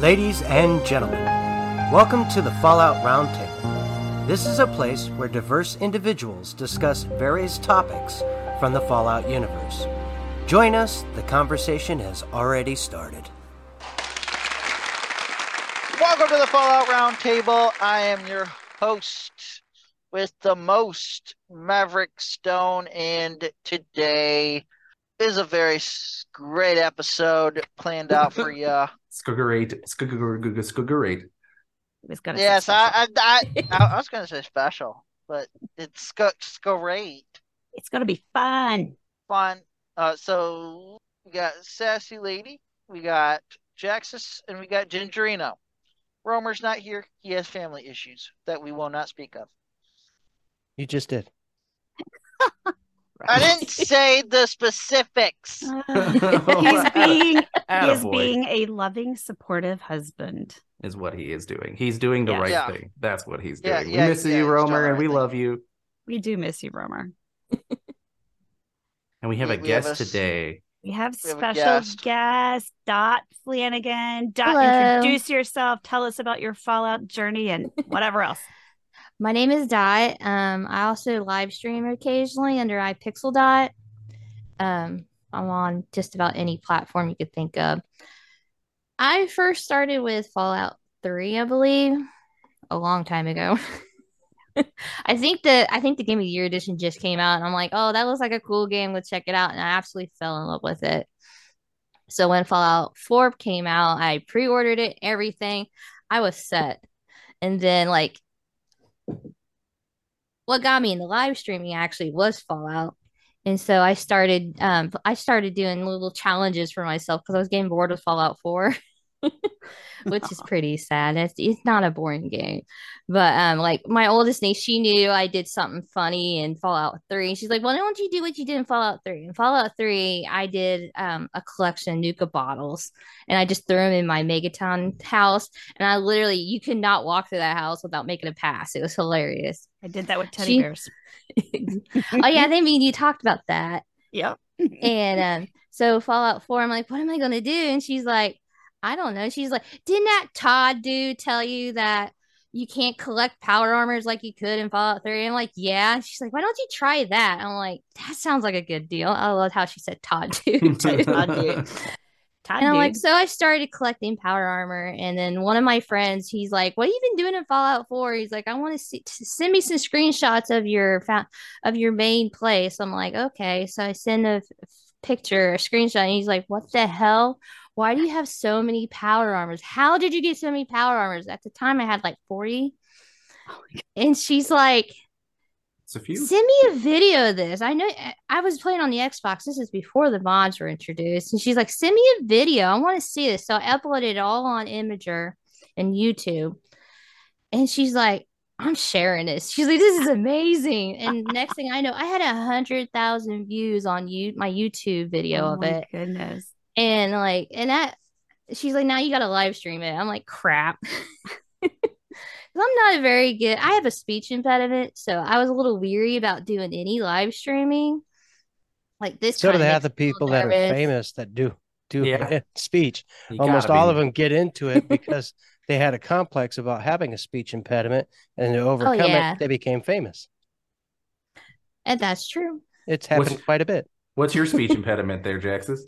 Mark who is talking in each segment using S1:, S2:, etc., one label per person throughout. S1: Ladies and gentlemen, welcome to the Fallout Roundtable. This is a place where diverse individuals discuss various topics from the Fallout universe. Join us, the conversation has already started.
S2: Welcome to the Fallout Roundtable. I am your host with the most, Maverick Stone, and today is a very s- great episode planned out for you.
S3: Skuggerate, skuggerate, skuggerate.
S4: He's got
S2: yes, I, I, I, I, I was going to say special, but it's go- it's great,
S4: It's gonna be fun.
S2: fun. Uh, so we got Sassy Lady, we got Jaxus, and we got Gingerino. Romer's not here; he has family issues that we will not speak of.
S1: You just did.
S2: I didn't say the specifics.
S4: he's being he's
S3: Attaboy
S4: being a loving, supportive husband.
S3: is what he is doing. He's doing the
S4: Yeah.
S3: right
S2: Yeah.
S3: thing. That's what he's doing.
S2: Yeah,
S3: we
S2: yeah, yeah, he's
S3: miss you,
S2: doing the
S3: Romer,
S2: right
S3: and we
S2: thing.
S3: love you.
S4: We do miss you, Romer.
S3: And we have
S2: We-
S3: a
S2: we have
S3: guest
S2: a s-
S3: today.
S4: We have
S2: We have a
S4: special
S2: guest.
S4: guest. Dot Flanagan. Dot,
S5: Hello.
S4: introduce yourself. Tell us about your Fallout journey and whatever else.
S5: My name is Dot. Um, I also live stream occasionally under iPixel Dot. Um, I'm on just about any platform you could think of. I first started with Fallout 3, I believe, a long time ago. I think the I think the Game of the Year edition just came out, and I'm like, oh, that looks like a cool game. Let's check it out, and I absolutely fell in love with it. So when Fallout 4 came out, I pre-ordered it, everything. I was set, and then like what got me into live streaming actually was Fallout. And so I started um I started doing little challenges for myself because I was getting bored with Fallout 4. Which is pretty sad. It's, it's not a boring game. But um like my oldest niece, she knew I did something funny in Fallout 3. She's like, Well, why don't you do what you did in Fallout 3? In Fallout 3, I did um a collection of Nuka bottles and I just threw them in my Megaton house. And I literally you could not walk through that house without making a pass. It was hilarious
S4: I did that with teddy
S5: She-
S4: bears.
S5: oh yeah, I think me and you talked about that.
S4: Yep.
S5: And um, so Fallout Four, I'm like, what am I gonna do? And she's like, I don't know. She's like, didn't that Todd do tell you that you can't collect power armors like you could in Fallout Three? I'm like, yeah. And she's like, why don't you try that? I'm like, that sounds like a good deal. I love how she said Todd do. too.
S4: Todd,
S5: And I'm like,
S4: dude.
S5: so I started collecting power armor, and then one of my friends, he's like, "What have you been doing in Fallout 4?" He's like, "I want to see t- send me some screenshots of your fa- of your main place." I'm like, "Okay." So I send a f- f- picture, a screenshot, and he's like, "What the hell? Why do you have so many power armors? How did you get so many power armors?" At the time, I had like 40, and she's like,
S3: It's a few.
S5: Send me a video of this. I know I was playing on the Xbox. This is before the mods were introduced. And she's like, send me a video. I want to see this. So I uploaded it all on Imager and YouTube. And she's like, I'm sharing this. She's like, this is amazing. And next thing I know, I had a hundred thousand views on you my YouTube video
S4: oh
S5: of
S4: my
S5: it.
S4: goodness.
S5: And like, and that she's like, now you gotta live stream it. I'm like, crap. 'Cause I'm not a very good. I have a speech impediment, so I was a little weary about doing any live streaming. Like this,
S1: So do
S5: kinda
S1: they have the
S5: makes me a
S1: people
S5: little
S1: that are
S5: nervous.
S1: famous that do do
S3: Yeah.
S1: speech.
S3: You
S1: Almost
S3: gotta
S1: all
S3: be.
S1: of them get into it because they had a complex about having a speech impediment, and to overcome
S5: yeah.
S1: it, they became famous.
S5: And that's true.
S1: It's
S3: What's-
S1: happened quite a bit.
S3: What's your speech impediment there, Jaxus?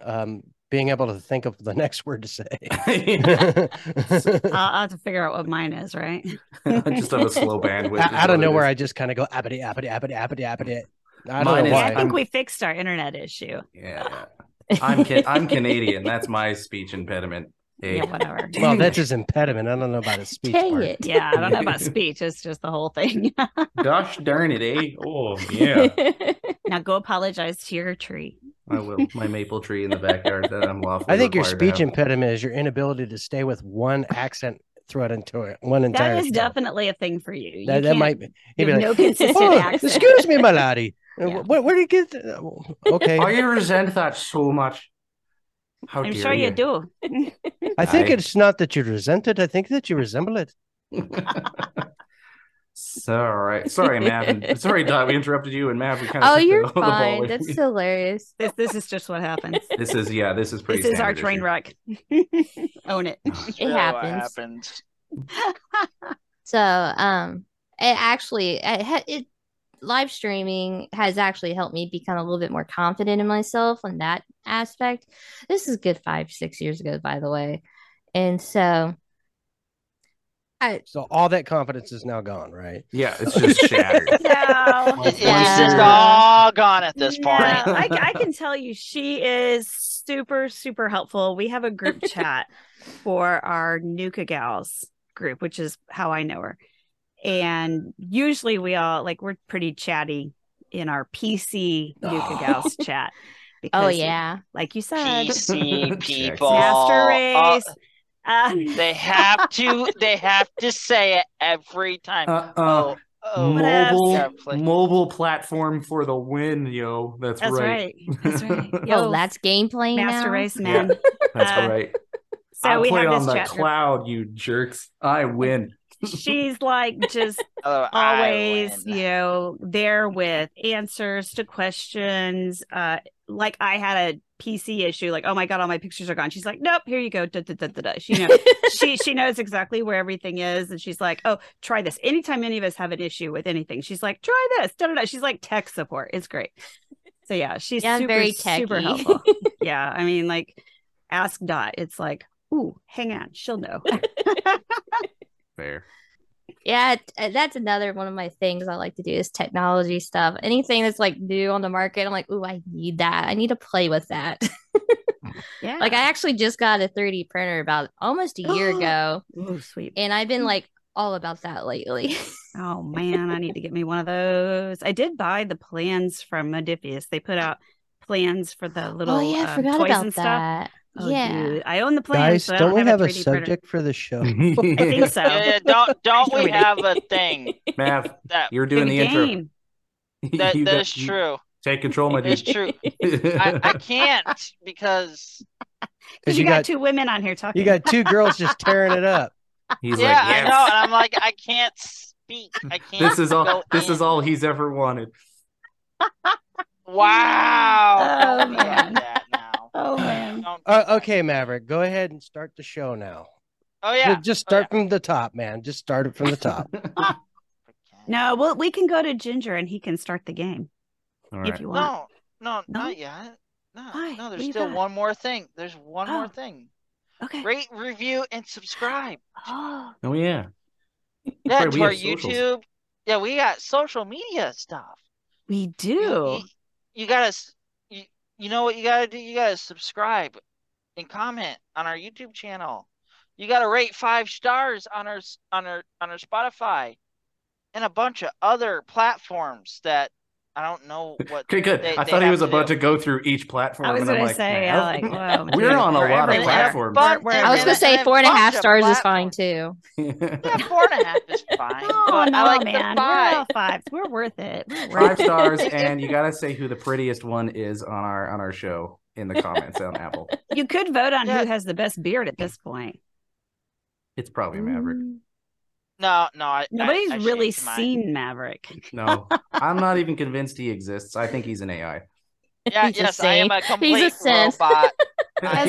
S1: Um, being able to think of the next word to
S3: So-
S1: say.
S4: I'll, I'll have to figure out what mine is, right?
S3: just have a slow bandwidth. is
S1: I, I don't
S3: what
S1: know
S3: it
S1: where I
S3: is.
S1: just kind of go abity abity abity abity abity. I don't know
S3: Mine is-
S4: Yeah, I
S1: why.
S3: I'm-
S4: think we fixed our internet issue.
S3: Yeah, yeah. I'm ca- I'm Canadian. That's my speech impediment. Hey,
S4: Yeah, whatever.
S1: Well, that's his impediment. I don't know about his speech.
S5: Dang
S1: part.
S5: it.
S4: yeah, I don't know about speech. It's just the whole thing.
S3: gosh darn it, eh? Oh yeah.
S4: now go apologize to your tree.
S3: I will. My maple tree in the backyard that I'm lawfully.
S1: I think your
S3: required to
S1: speech
S3: have.
S1: impediment is your inability to stay with one accent throughout into it, one entire.
S4: That is
S1: song.
S4: definitely a thing for you. You
S1: That, that
S4: can't-
S1: might be. he'd
S4: you
S1: be
S4: have
S1: like,
S4: no consistent
S1: "Oh,
S4: accent.
S1: Excuse me, my laddie. Uh,
S4: Yeah.
S1: wh- Where, did you get? The... Okay,
S3: I resent that so much. How
S4: I'm
S3: dare
S4: sure you do.
S1: I think
S3: I-
S1: it's not that you resent it. I think that you resemble it.
S3: So, all right. Sorry, Mav. and- Sorry, Dot. We interrupted you and Mav. We kind of
S5: Oh, you're fine. That's hilarious.
S6: This this is just what happens.
S3: This is yeah. This is pretty.
S6: this is our
S3: standard
S6: train
S3: issue.
S6: wreck. Own it.
S5: It
S2: Yeah, what
S5: happens.
S2: happens.
S5: So, um, it actually it, ha- it live streaming has actually helped me become a little bit more confident in myself on that aspect. This is a good five, six years ago, by the way, and so
S7: So all that confidence is now gone, right?
S3: Yeah, it's just shattered.
S4: No.
S2: It- It's
S5: Yeah.
S2: just all gone at this
S4: No,
S2: point.
S4: I, I can tell you she is super, super helpful. We have a group chat for our Nuka Gals group, which is how I know her. And usually we all like we're pretty chatty in our PC Nuka Gals chat.
S5: oh
S4: because,
S5: yeah,
S4: Like you said,
S2: PC
S3: Checks.
S2: people.
S4: master
S2: Uh,
S4: race. Uh,
S2: they have to. They have to say it every time.
S3: Uh, uh,
S2: oh, oh,
S3: mobile,
S2: yeah, please.
S3: mobile platform for the win, yo. That's,
S4: that's right. That's right.
S5: oh
S4: Yo,
S5: that's gameplay
S4: master
S5: now.
S4: race man.
S3: That's
S4: Uh,
S3: right.
S4: So
S3: I
S4: we
S3: play
S4: have
S3: on
S4: this
S3: the
S4: chat group.
S3: cloud, you jerks. I win.
S4: She's like just
S2: Oh, I
S4: always
S2: win.
S4: you know there with answers to questions uh like i had a pc issue like oh my god all my pictures are gone she's like nope here you go da, da, da, da, da. she knows she she knows exactly where everything is and she's like oh try this anytime any of us have an issue with anything she's like try this da, da, da. she's like tech support it's great so yeah she's
S5: Yeah, I'm
S4: super
S5: very
S4: super
S5: techy.
S4: helpful yeah i mean like ask dot it's like ooh hang on she'll know
S3: Fair.
S5: Yeah, t- that's another one of my things I like to do is technology stuff. Anything that's like new on the market, I'm like, ooh, I need that. I need to play with that.
S4: yeah
S5: Like I actually just got a 3D printer about almost a year ago,
S4: ooh sweet
S5: and I've been like all about that lately.
S4: Oh man, I need to get me one of those. I did buy the plans from Modifius. They put out plans for the little
S5: oh yeah, I
S4: um,
S5: forgot
S4: toys
S5: about
S4: and stuff.
S5: that.
S4: Oh,
S5: yeah.
S4: dude, I own the
S7: Guys,
S4: plans, but I
S7: don't, we have a,
S4: 3D printer.
S7: subject for the show?
S4: I think so.
S2: Yeah, yeah, don't don't
S4: Sure
S2: we
S4: we do.
S2: have a thing
S3: Mav,
S2: that
S3: you're doing
S4: Big
S3: the
S4: game.
S3: intro.
S2: that,
S3: You
S2: that
S3: got-
S2: is
S3: you
S2: true.
S3: Take control, my
S2: That is
S3: dude.
S2: true. I, I can't because
S7: 'Cause
S4: Because you got, two women on here talking.
S7: you got two girls just tearing it up.
S3: He's
S2: yeah,
S3: like, yes.
S2: I know, and I'm like, I can't speak. I can't.
S3: This is all.
S2: go
S3: This
S2: in.
S3: is all he's ever wanted.
S2: Wow.
S4: Oh,
S2: Don't be like
S4: man.
S2: that now.
S4: Oh man.
S2: Don't be
S7: Uh,
S2: like-
S7: okay, Maverick, go ahead and start the show now.
S2: Oh yeah.
S7: Just
S2: Oh, yeah.
S7: start from the top, man. Just start it from the top.
S4: No, well, we can go to Ginger and he can start the game
S3: All
S4: if
S3: right.
S4: you want.
S2: No, no,
S4: No?
S2: not yet. No,
S4: Why?
S2: no.
S4: What
S2: There's
S4: you
S2: still
S4: got?
S2: one more thing. There's one more
S4: Oh.
S2: thing.
S4: Okay.
S2: Rate, review, and subscribe.
S4: Oh,
S3: Oh yeah.
S2: Yeah,
S3: Right, we
S2: to our
S3: have socials.
S2: YouTube. Yeah, we got social media stuff.
S4: we
S2: You-
S4: do.
S2: You, you gotta, s- you, you know what you gotta do? You gotta subscribe and comment on our YouTube channel. You gotta rate five stars on our s- on our on our Spotify, and a bunch of other platforms that I don't know what.
S3: Okay, good.
S2: They-
S3: I
S2: they
S3: thought he
S2: have
S3: was
S2: to
S3: about
S2: do.
S3: to go through each platform.
S4: I was
S3: and I'm
S4: gonna
S3: like,
S4: say,
S3: "Mav,
S4: I like, whoa,
S3: We're
S4: dude,
S3: on a
S4: we're
S3: lot of
S2: everywhere.
S3: platforms.
S2: But
S4: We're-
S2: there's
S5: I was
S4: gonna
S5: gonna say
S2: a
S5: four and a
S2: bunch
S5: half
S2: of
S5: stars is fine
S2: platforms.
S5: too.
S2: Yeah, four and a half is fine.
S4: Oh,
S2: but
S4: no,
S2: I like
S4: man.
S2: the
S4: We're all
S2: five.
S4: fives. We're worth it. We're worth
S3: Five
S4: it.
S3: stars, and you gotta say who the prettiest one is on our on our show in the comments on Apple.
S4: You could vote on
S2: Yeah.
S4: who has the best beard at this point.
S3: It's probably
S4: Mm.
S3: Maverick.
S5: Mm.
S2: No, no, I, I-
S4: Nobody's
S2: I
S4: really
S2: changed mine.
S4: seen Maverick.
S3: No, I'm not even convinced he exists. I think he's an AI.
S2: Yeah,
S5: He's a
S2: yes, I am
S5: saint.
S2: a complete
S5: synth.
S2: robot.
S4: Has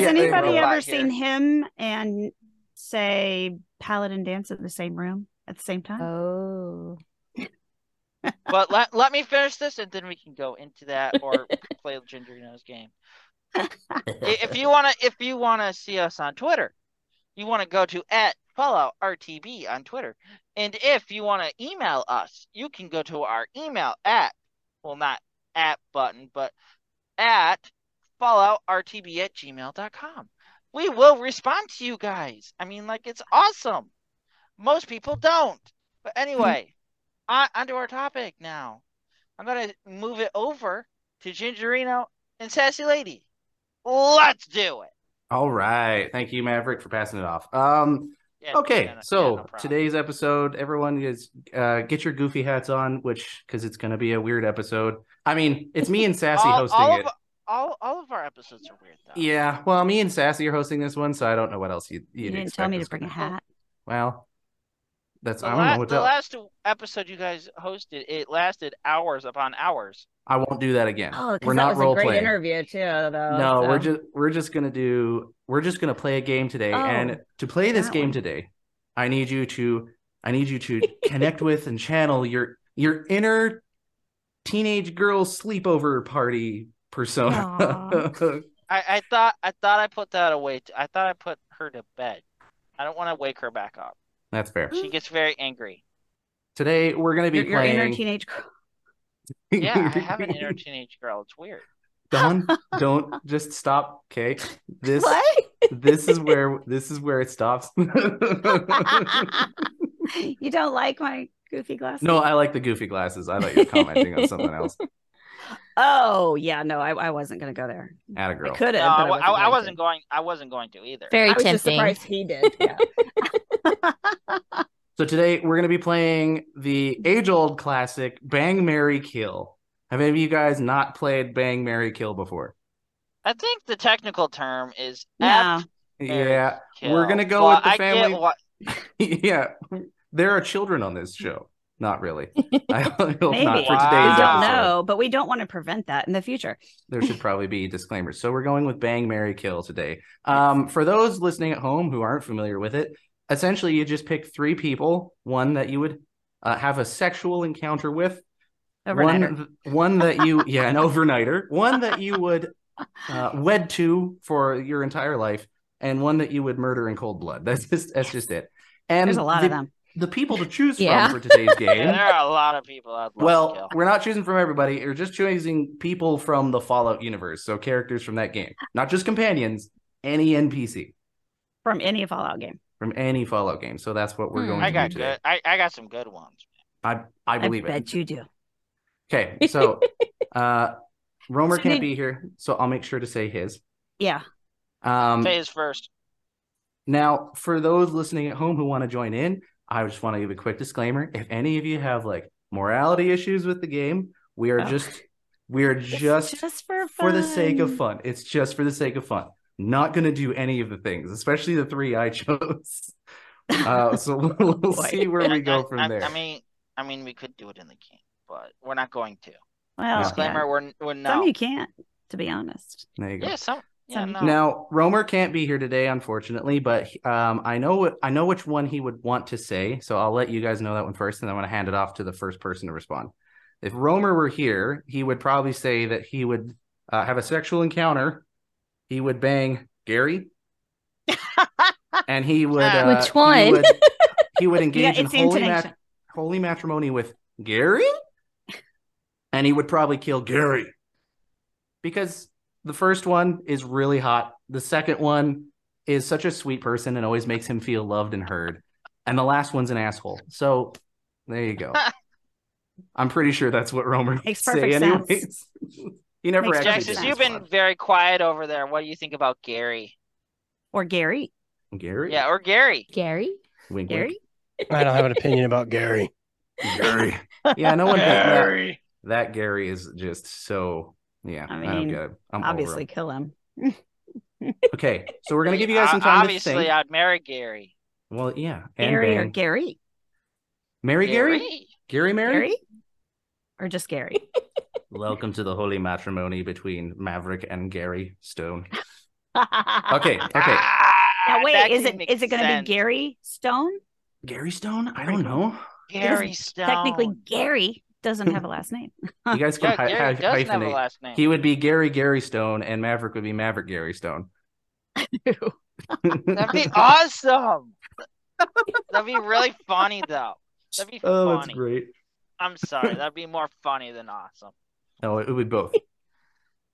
S3: Yeah,
S4: anybody
S3: yeah.
S4: ever
S2: Robot
S4: seen
S2: here.
S4: him and say Paladin dance in the same room at the same time?
S5: Oh,
S2: But let let me finish this, and then we can go into that or play the Ginger Nose game. I- If you wanna, if you wanna see us on Twitter, you wanna go to at Fallout RTB on Twitter, and if you wanna email us, you can go to our email at, well, not at button, but at falloutrtb at gmail.com. We will respond to you guys. I mean, like it's awesome. Most people don't, but anyway on, onto our topic now. I'm gonna move it over to Gingerino and Sassy Lady. Let's do it.
S3: All right. Thank you, Maverick, for passing it off. Um,
S2: Yeah,
S3: okay,
S2: yeah, no- yeah,
S3: so
S2: no problem.
S3: today's episode, everyone is uh, get your goofy hats on, which because it's gonna be a weird episode. I mean, it's me and Sassy
S2: all,
S3: hosting
S2: all
S3: it.
S2: of all all of our episodes are weird though.
S3: Yeah, well, me and Sassy are hosting this one, so I don't know what else you
S4: You
S3: you'd
S4: didn't
S3: expect
S4: tell me to
S3: us-
S4: bring a hat.
S3: Well, That's
S2: The,
S3: I
S2: la-
S3: don't know what's
S2: the
S3: up.
S2: last episode you guys hosted, it lasted hours upon hours.
S3: I won't do that again.
S4: Oh, 'cause
S3: we're
S4: that
S3: not
S4: was
S3: role
S4: a great
S3: playing.
S4: interview too. Though,
S3: no,
S4: Oh, so.
S3: we're just we're just gonna do we're just gonna play a game today. and to play this
S4: Oh, that
S3: game
S4: one.
S3: today, I need you to I need you to connect with and channel your your inner teenage girl sleepover party persona.
S4: Aw.
S2: I, I thought I thought I put that away. T- I thought I put her to bed. I don't want to wake her back up.
S3: That's fair.
S2: She gets very angry.
S3: Today we're gonna be
S4: your, your
S3: playing
S4: inner teenage girl.
S2: Yeah, I have an inner teenage girl. It's weird.
S3: Don, don't just stop. Okay. This
S6: What?
S3: this is where this is where it stops.
S4: you don't like my goofy glasses?
S3: no, I like the goofy glasses. I thought you were commenting on something else.
S4: Oh yeah, no, I, I wasn't gonna go there.
S3: At a girl.
S4: I could
S2: No,
S4: have.
S2: I,
S4: but
S2: wa- I, I
S4: going
S2: wasn't
S4: to.
S2: going. I wasn't going to either.
S5: Very
S4: I was just
S5: tempting.
S4: surprised he did. Yeah.
S3: So today we're gonna be playing the age-old classic Bang Mary Kill. Have any of you guys not played Bang Mary Kill before?
S2: I think the technical term is
S4: No.
S2: apt
S3: Yeah.
S2: kill.
S3: we're gonna go
S2: Well,
S3: with the
S2: I get
S3: family-
S2: what-
S3: yeah. There are children on this show. Not really. I hope not
S4: Maybe.
S3: for
S2: Wow.
S3: today's
S4: we don't
S3: episode.
S4: know, but we don't want to prevent that in the future.
S3: there should probably be disclaimers. So we're going with Bang Mary Kill today. Um, for those listening at home who aren't familiar with it, essentially you just pick three people, one that you would uh, have a sexual encounter with,
S4: Overnighter.
S3: one one that you yeah an overnighter, one that you would uh, wed to for your entire life, and one that you would murder in cold blood. That's just that's just it. And
S4: There's a lot
S3: the,
S4: of them.
S3: The people to choose
S5: Yeah.
S3: from for today's
S2: Yeah,
S3: game.
S2: there are a lot of people I'd love to
S3: Well,
S2: kill.
S3: we're not choosing from everybody. We're just choosing people from the Fallout universe, so characters from that game, not just companions. Any NPC
S4: from any Fallout game.
S3: from any Fallout game. So that's what we're
S5: Hmm.
S3: going
S2: I
S3: to
S2: got
S3: do
S2: good.
S3: today.
S2: I, I got some good ones.
S3: I I
S4: I,
S3: believe
S4: bet
S3: it.
S4: you do.
S3: Okay, so uh, Romer
S4: So
S3: can't
S4: did-
S3: be here, so I'll make sure to say his.
S4: Yeah.
S3: Um,
S2: Faye's first.
S3: Now, for those listening at home who want to join in, I just want to give a quick disclaimer. If any of you have like morality issues with the game, we are
S4: Oh.
S3: just we are
S4: It's
S3: just,
S4: for
S3: for the sake of fun. It's just for the sake of fun. Not going to do any of the things, especially the three I chose. Uh, so we'll, we'll
S4: Boy.
S3: see where we
S2: I,
S3: go
S2: I-
S3: from
S2: I-
S3: there.
S2: I mean, I mean, we could do it in the game, but we're not going to.
S4: Well,
S3: Yeah.
S2: Disclaimer: We're we're
S4: yeah. Oh, some
S2: no.
S4: you can't, to be honest.
S3: there you go.
S2: Yeah, some. Yeah,
S4: Some-
S2: no.
S3: Now, Romer can't be here today, unfortunately, but um, I know what I know which one he would want to say, so I'll let you guys know that one first, and then I'm going to hand it off to the first person to respond. If Romer were here, he would probably say that he would uh, have a sexual encounter, he would bang Gary, and he would uh,
S5: Which
S3: he
S5: one?
S3: would- he would engage
S4: Yeah,
S3: in
S4: it's the
S3: holy,
S4: intonation.
S3: mat- holy matrimony with Gary, and he would probably kill Gary because the first one is really hot. The second one is such a sweet person and always makes him feel loved and heard, and the last one's an asshole. So there you go. I'm pretty sure that's what Romer would
S4: Makes
S3: say,
S4: perfect sense.
S3: anyways. He never
S4: Makes
S3: actually
S2: Jackson,
S4: Jackson's
S3: did
S2: you've
S3: this
S2: been very quiet over there. What do you think about Gary?
S4: Or Gary.
S3: one. Gary.
S2: Yeah, or Gary.
S5: Gary?
S3: Wink,
S4: Gary?
S1: I don't have an opinion about Gary.
S3: wink. Gary. Yeah, no one. That,
S2: Gary.
S3: that Gary is just so. Yeah,
S4: I
S3: I, don't
S4: mean,
S3: get it. I'm over
S4: Obviously
S3: him.
S4: kill him.
S3: Okay, so we're gonna give you guys some time
S2: Obviously,
S3: to think.
S2: I'd marry Gary.
S3: Well, yeah, and
S4: Gary or
S3: bang.
S4: Gary.
S3: Mary Gary, Gary Mary.
S4: Gary? Or just Gary.
S3: Welcome to the holy matrimony between Maverick and Gary Stone. Okay, okay,
S4: Now
S2: Ah,
S4: wait,
S2: that
S4: is
S2: could
S4: it
S2: make
S4: is it gonna
S2: sense.
S4: be Gary Stone?
S3: Gary Stone. I don't know.
S2: Gary
S4: Because
S2: Stone.
S4: Technically Gary doesn't have a last name.
S3: You guys can
S2: yeah,
S3: hy-
S2: Gary
S3: hy-
S2: does have a
S3: hyphenate.
S2: last name.
S3: He would be Gary Gary Stone, and Maverick would be Maverick Gary Stone.
S2: That'd be awesome. That'd be really funny though. That'd be
S3: oh,
S2: funny.
S3: that's great.
S2: I'm sorry. That'd be more funny than awesome.
S3: No, it would be both.
S4: It,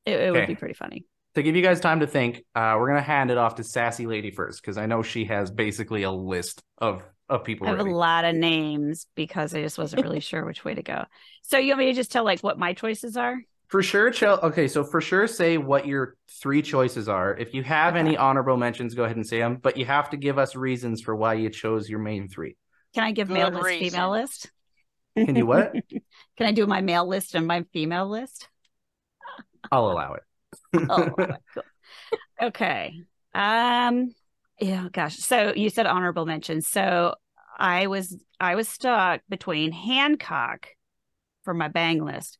S4: it
S3: Okay.
S4: would be pretty funny.
S3: to give you guys time to think, uh, we're gonna hand it off to Sassy Lady first because I know she has basically a list of of people.
S4: I have a
S3: already.
S4: lot of names because I just wasn't really sure which way to go. So you want me to just tell like what my choices are?
S3: For sure, Chel. Okay, so for sure, say what your three choices are. If you have any honorable mentions, go ahead and say them. But you have to give us reasons for why you chose your main three.
S4: Can I give male
S2: Good
S4: list, female list?
S3: Can you what?
S4: Can I do my male list and my female list?
S3: I'll allow it.
S4: Oh, cool. okay. Um, yeah, gosh. So you said honorable mentions. So I was I was stuck between Hancock for my bang list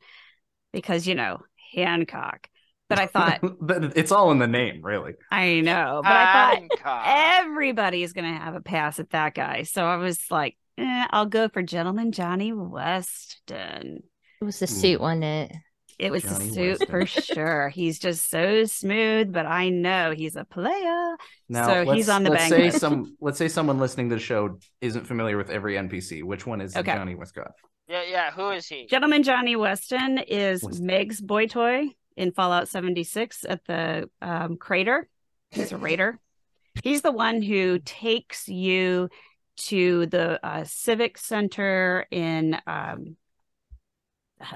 S4: because you know Hancock, but I thought
S3: But it's all in the name, really.
S4: I know, but I thought Eh.
S2: Hancock.
S4: everybody is going to have a pass at that guy. So I was like, eh, I'll go for Gentleman Johnny Weston.
S5: It was the
S3: Hmm.
S5: suit, wasn't it?
S4: It was
S3: Johnny
S4: the suit
S3: Weston.
S4: for sure. He's just so smooth, but I know he's a player.
S3: Now,
S4: So
S3: let's-
S4: he's on the
S3: let's
S4: bang
S3: say
S4: list.
S3: some. Let's say someone listening to the show isn't familiar with every NPC. Which one is
S4: Okay.
S3: Johnny Westcott?
S2: Yeah, yeah. Who is he?
S4: Gentleman Johnny Weston is
S3: Weston.
S4: Meg's boy toy in Fallout 76 at the um, crater. He's a raider. He's the one who takes you to the uh, civic center in um,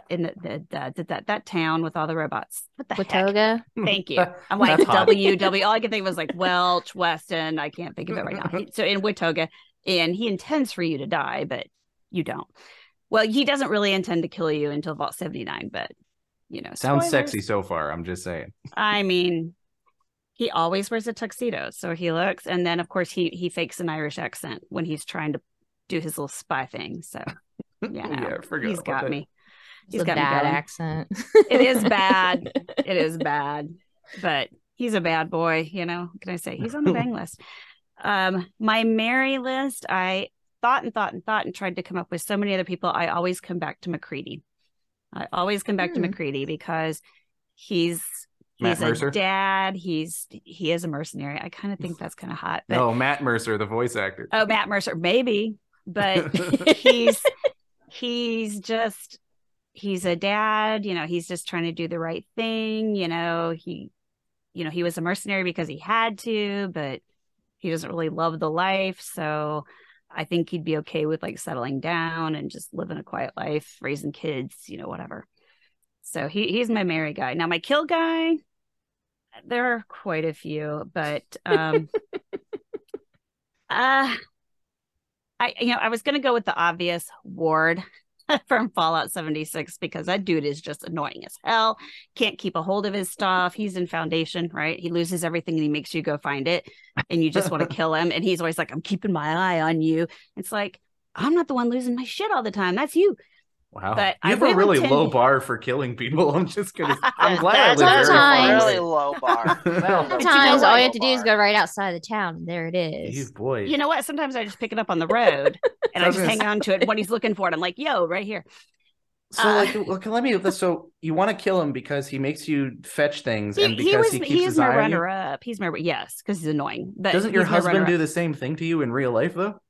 S4: in the, the, the, the- that that town with all the robots. What the heck?
S5: Watoga.
S4: Thank you. I'm like
S3: That's hot.
S4: W W. All I can think was like Welch, Weston. I can't think of it right now. He- So in Watoga, and he intends for you to die, but you don't. Well, he doesn't really intend to kill you until Vault 79, but you know,
S3: Sounds
S4: spoilers.
S3: sexy so far. I'm just saying.
S4: I mean, he always wears a tuxedo, so he looks, and then of course he he fakes an Irish accent when he's trying to do his little spy thing. So yeah,
S3: Yeah, I forgot
S4: he's
S3: about
S4: got
S3: that.
S4: me.
S5: It's
S4: He's
S5: a
S4: got me
S5: bad
S4: going.
S5: accent.
S4: It is bad. it is bad, but he's a bad boy, you know. What Can I say he's on the bang list? Um, my Mary list, I thought and thought and thought and tried to come up with so many other people. I always come back to McCready. I always come back to
S5: Hmm.
S4: McCready because he's
S3: Matt
S4: he's
S3: Mercer?
S4: a dad. He's he is a mercenary. I kind of think that's kind of hot. But
S3: No, Matt Mercer, the voice actor.
S4: oh, Matt Mercer, maybe, but he's he's just he's a dad you know he's just trying to do the right thing you know he you know he was a mercenary because he had to but he doesn't really love the life so i think he'd be okay with like settling down and just living a quiet life raising kids you know whatever so he, he's my merry guy now my kill guy there are quite a few but um uh I you know I was gonna go with the obvious Ward from Fallout 76 because that dude is just annoying as hell. Can't keep a hold of his stuff. He's in Foundation, right? He loses everything and he makes you go find it, and you just want to kill him. And he's always like, "I'm keeping my eye on you." It's like I'm not the one losing my shit all the time. That's you.
S3: wow.
S4: but
S3: you
S4: I
S3: have a
S4: will
S3: really
S4: attend-
S3: low bar for killing people. I'm just gonna. I'm glad
S2: That's
S3: I live very far
S5: Sometimes.
S2: really
S3: away.
S2: low bar. Well,
S3: Sometimes
S2: that's
S5: Sometimes
S2: a
S5: all you
S2: low
S5: have to do is
S2: bar.
S5: go right outside the town, and there it
S3: You
S5: is.
S3: boy.
S4: You know what? Sometimes I just pick it up on the road and I just hang on to it when he's looking for it. I'm like, "Yo, right here."
S3: so
S4: uh,
S3: like, look, let me. So you want to kill him because he makes you fetch things,
S4: He,
S3: and
S4: he
S3: because
S4: was
S3: he, keeps
S4: he is
S3: his
S4: my
S3: eye on you.
S4: runner up. He's my yes because he's annoying. But
S3: Doesn't your
S4: he's my
S3: husband
S4: runner-up.
S3: do the same thing to you in real life though?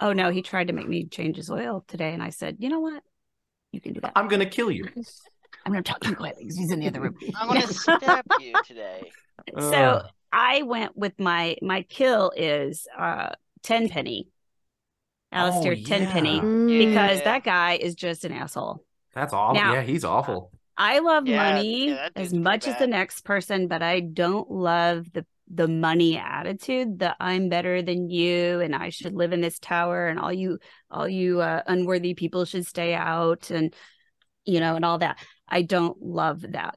S4: oh no, he tried to make me change his oil today, and I said, you know what, you can do that.
S3: I'm gonna kill you.
S4: I'm going to talk to him quietly because he's in the other room.
S2: I'm gonna stab you today.
S4: so I went with my my kill is uh Tenpenny, Alistair
S3: Oh,
S5: Mm,
S4: Tenpenny,
S3: yeah.
S4: because
S2: Yeah.
S4: that guy is just an asshole.
S3: that's awful.
S4: Now-
S3: yeah, he's awful.
S4: I love
S2: Yeah,
S4: money
S2: yeah, that
S4: as
S2: dude's pretty
S4: much as the
S2: bad.
S4: next person, but I don't love the the money attitude that I'm better than you and I should live in this tower and all you all you uh, unworthy people should stay out and you know and all that. I don't love that.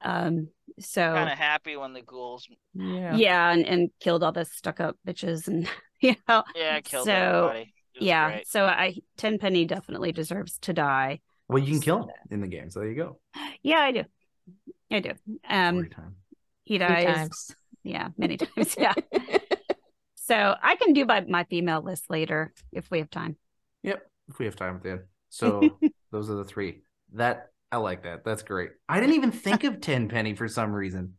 S4: Um so
S2: Kind of happy when the ghouls,
S4: yeah, and, and killed all the stuck up bitches and you know
S2: yeah, killed
S4: So,
S2: everybody. It was
S4: yeah.
S2: great.
S4: So I Tenpenny definitely deserves to die.
S3: Well, you can kill him in the game. So there you go.
S4: Yeah, I do. I do. Um
S3: Story time.
S4: he
S5: Three
S4: dies
S5: times.
S4: Yeah, many times. Yeah. so I can do my, my female list later if we have time.
S3: If we have time at the end. So those are the three. That I like that. That's great. I didn't even think of Tenpenny for some reason.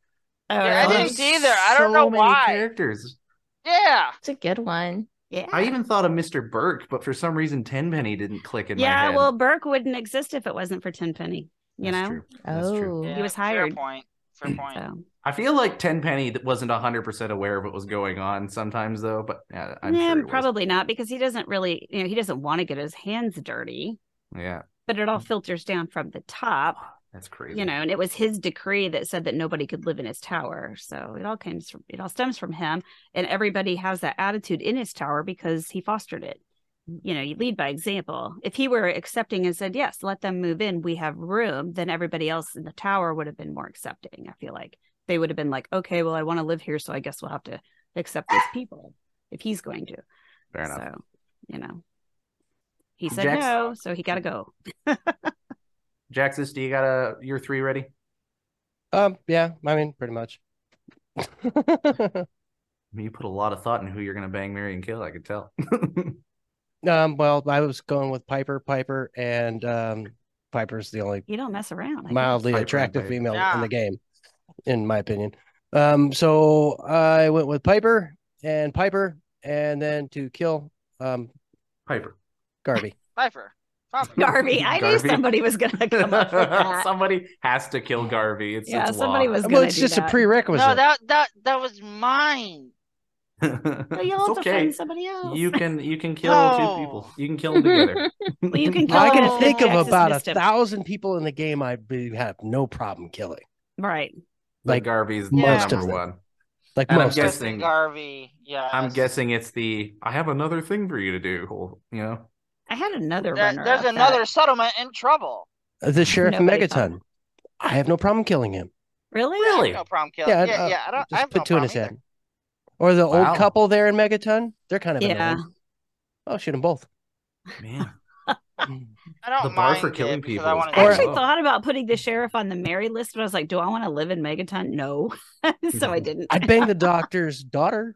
S4: Oh,
S2: Yeah, I
S3: There's
S2: didn't either. I don't
S3: so
S2: know
S3: many
S2: why.
S3: Characters.
S2: Yeah,
S5: It's a good one.
S4: Yeah.
S3: I even thought of Mr. Burke, but for some reason Tenpenny didn't click in my
S4: yeah,
S3: head.
S4: well, Burke wouldn't exist if it wasn't for Tenpenny, you
S3: That's
S4: know?
S3: true. That's true.
S5: Oh,
S2: yeah,
S4: He was
S2: Fair
S4: hired.
S2: point. Fair point.
S4: So,
S3: I feel like Tenpenny wasn't hundred percent aware of what was going on sometimes though, but yeah, I'm
S4: Nah,
S3: sure it was.
S4: probably not because he doesn't really, you know, he doesn't want to get his hands dirty,
S3: Yeah,
S4: but
S3: Hmm.
S4: it all filters down from the top,
S3: that's crazy.
S4: you know, and it was his decree that said that nobody could live in his tower. So it all comes from, it all stems from him. And everybody has that attitude in his tower because he fostered it. you know, you lead by example. If he were accepting and said, yes, let them move in, we have room, then everybody else in the tower would have been more accepting. I feel like they would have been like, okay, well, I want to live here, so I guess we'll have to accept these people if he's going to.
S3: Fair enough.
S4: So, you know, He said
S3: Jax-
S4: no, so he got to go.
S3: Jaxus, do you got a your three ready?
S1: Um, yeah, I mean, pretty much.
S3: You put a lot of thought in who you're going to bang, marry, and kill. I could tell.
S1: um, well, I was going with Piper, Piper, and um, Piper's the only
S4: You don't mess around. I guess.
S1: mildly
S3: Piper and
S1: attractive
S3: Piper.
S1: female in
S2: Yeah.
S1: the game, in my opinion. Um, so I went with Piper and Piper, and then to kill um
S3: Piper.
S1: Garvey.
S2: Piper. Piper.
S4: Garvey. I knew
S3: Garvey.
S4: somebody was going to come up with that.
S3: somebody has to kill Garvey. It's
S4: yeah,
S3: it's
S4: somebody
S3: law.
S4: was
S1: well,
S4: going to
S1: it's
S4: do
S1: just
S4: that.
S1: a prerequisite.
S2: No, that that that was mine.
S4: But you'll have
S3: it's
S4: to
S3: okay.
S4: find somebody else.
S3: You can you can kill
S2: No.
S3: two people. You can kill them together.
S4: Well, you can kill
S1: I
S4: all
S1: can think of
S4: Jax's
S1: about a
S4: missteps.
S1: thousand people in the game I'd be, have no problem killing.
S4: Right.
S1: like
S3: like Garvey's
S2: most
S3: number
S1: of them.
S3: one.
S1: Like
S3: And I'm
S1: most.
S3: guess-
S1: of
S2: Griffin
S3: guessing-
S2: Garvey. Yeah.
S3: I'm guessing it's the I have another thing for you to do. whole- You know,
S4: I had another
S2: There-
S4: runner.
S2: there's
S4: up
S2: another
S4: That,
S2: settlement in trouble.
S1: the sheriff
S4: Nobody
S1: Megaton. I have no problem killing him.
S4: really?
S2: I have
S3: Really?
S2: No problem killing.
S1: Yeah,
S2: Yeah,
S1: I'd,
S2: yeah.
S1: uh,
S2: I don't. I
S1: Just
S2: have
S1: put
S2: no
S1: two in
S2: problem
S1: his
S2: either.
S1: head. Or the
S3: Wow.
S1: old couple there in Megaton. They're kind of
S4: Yeah.
S1: annoying. Oh, shoot them both.
S3: man,
S2: I don't
S3: The bar
S2: mind
S3: for
S2: it
S3: killing
S2: because
S3: people
S2: I
S3: is
S2: want
S4: I
S1: Or-
S4: actually thought about putting the sheriff on the married list, but I was like, do I want to live in Megaton? No. so I didn't.
S1: I'd bang the doctor's daughter.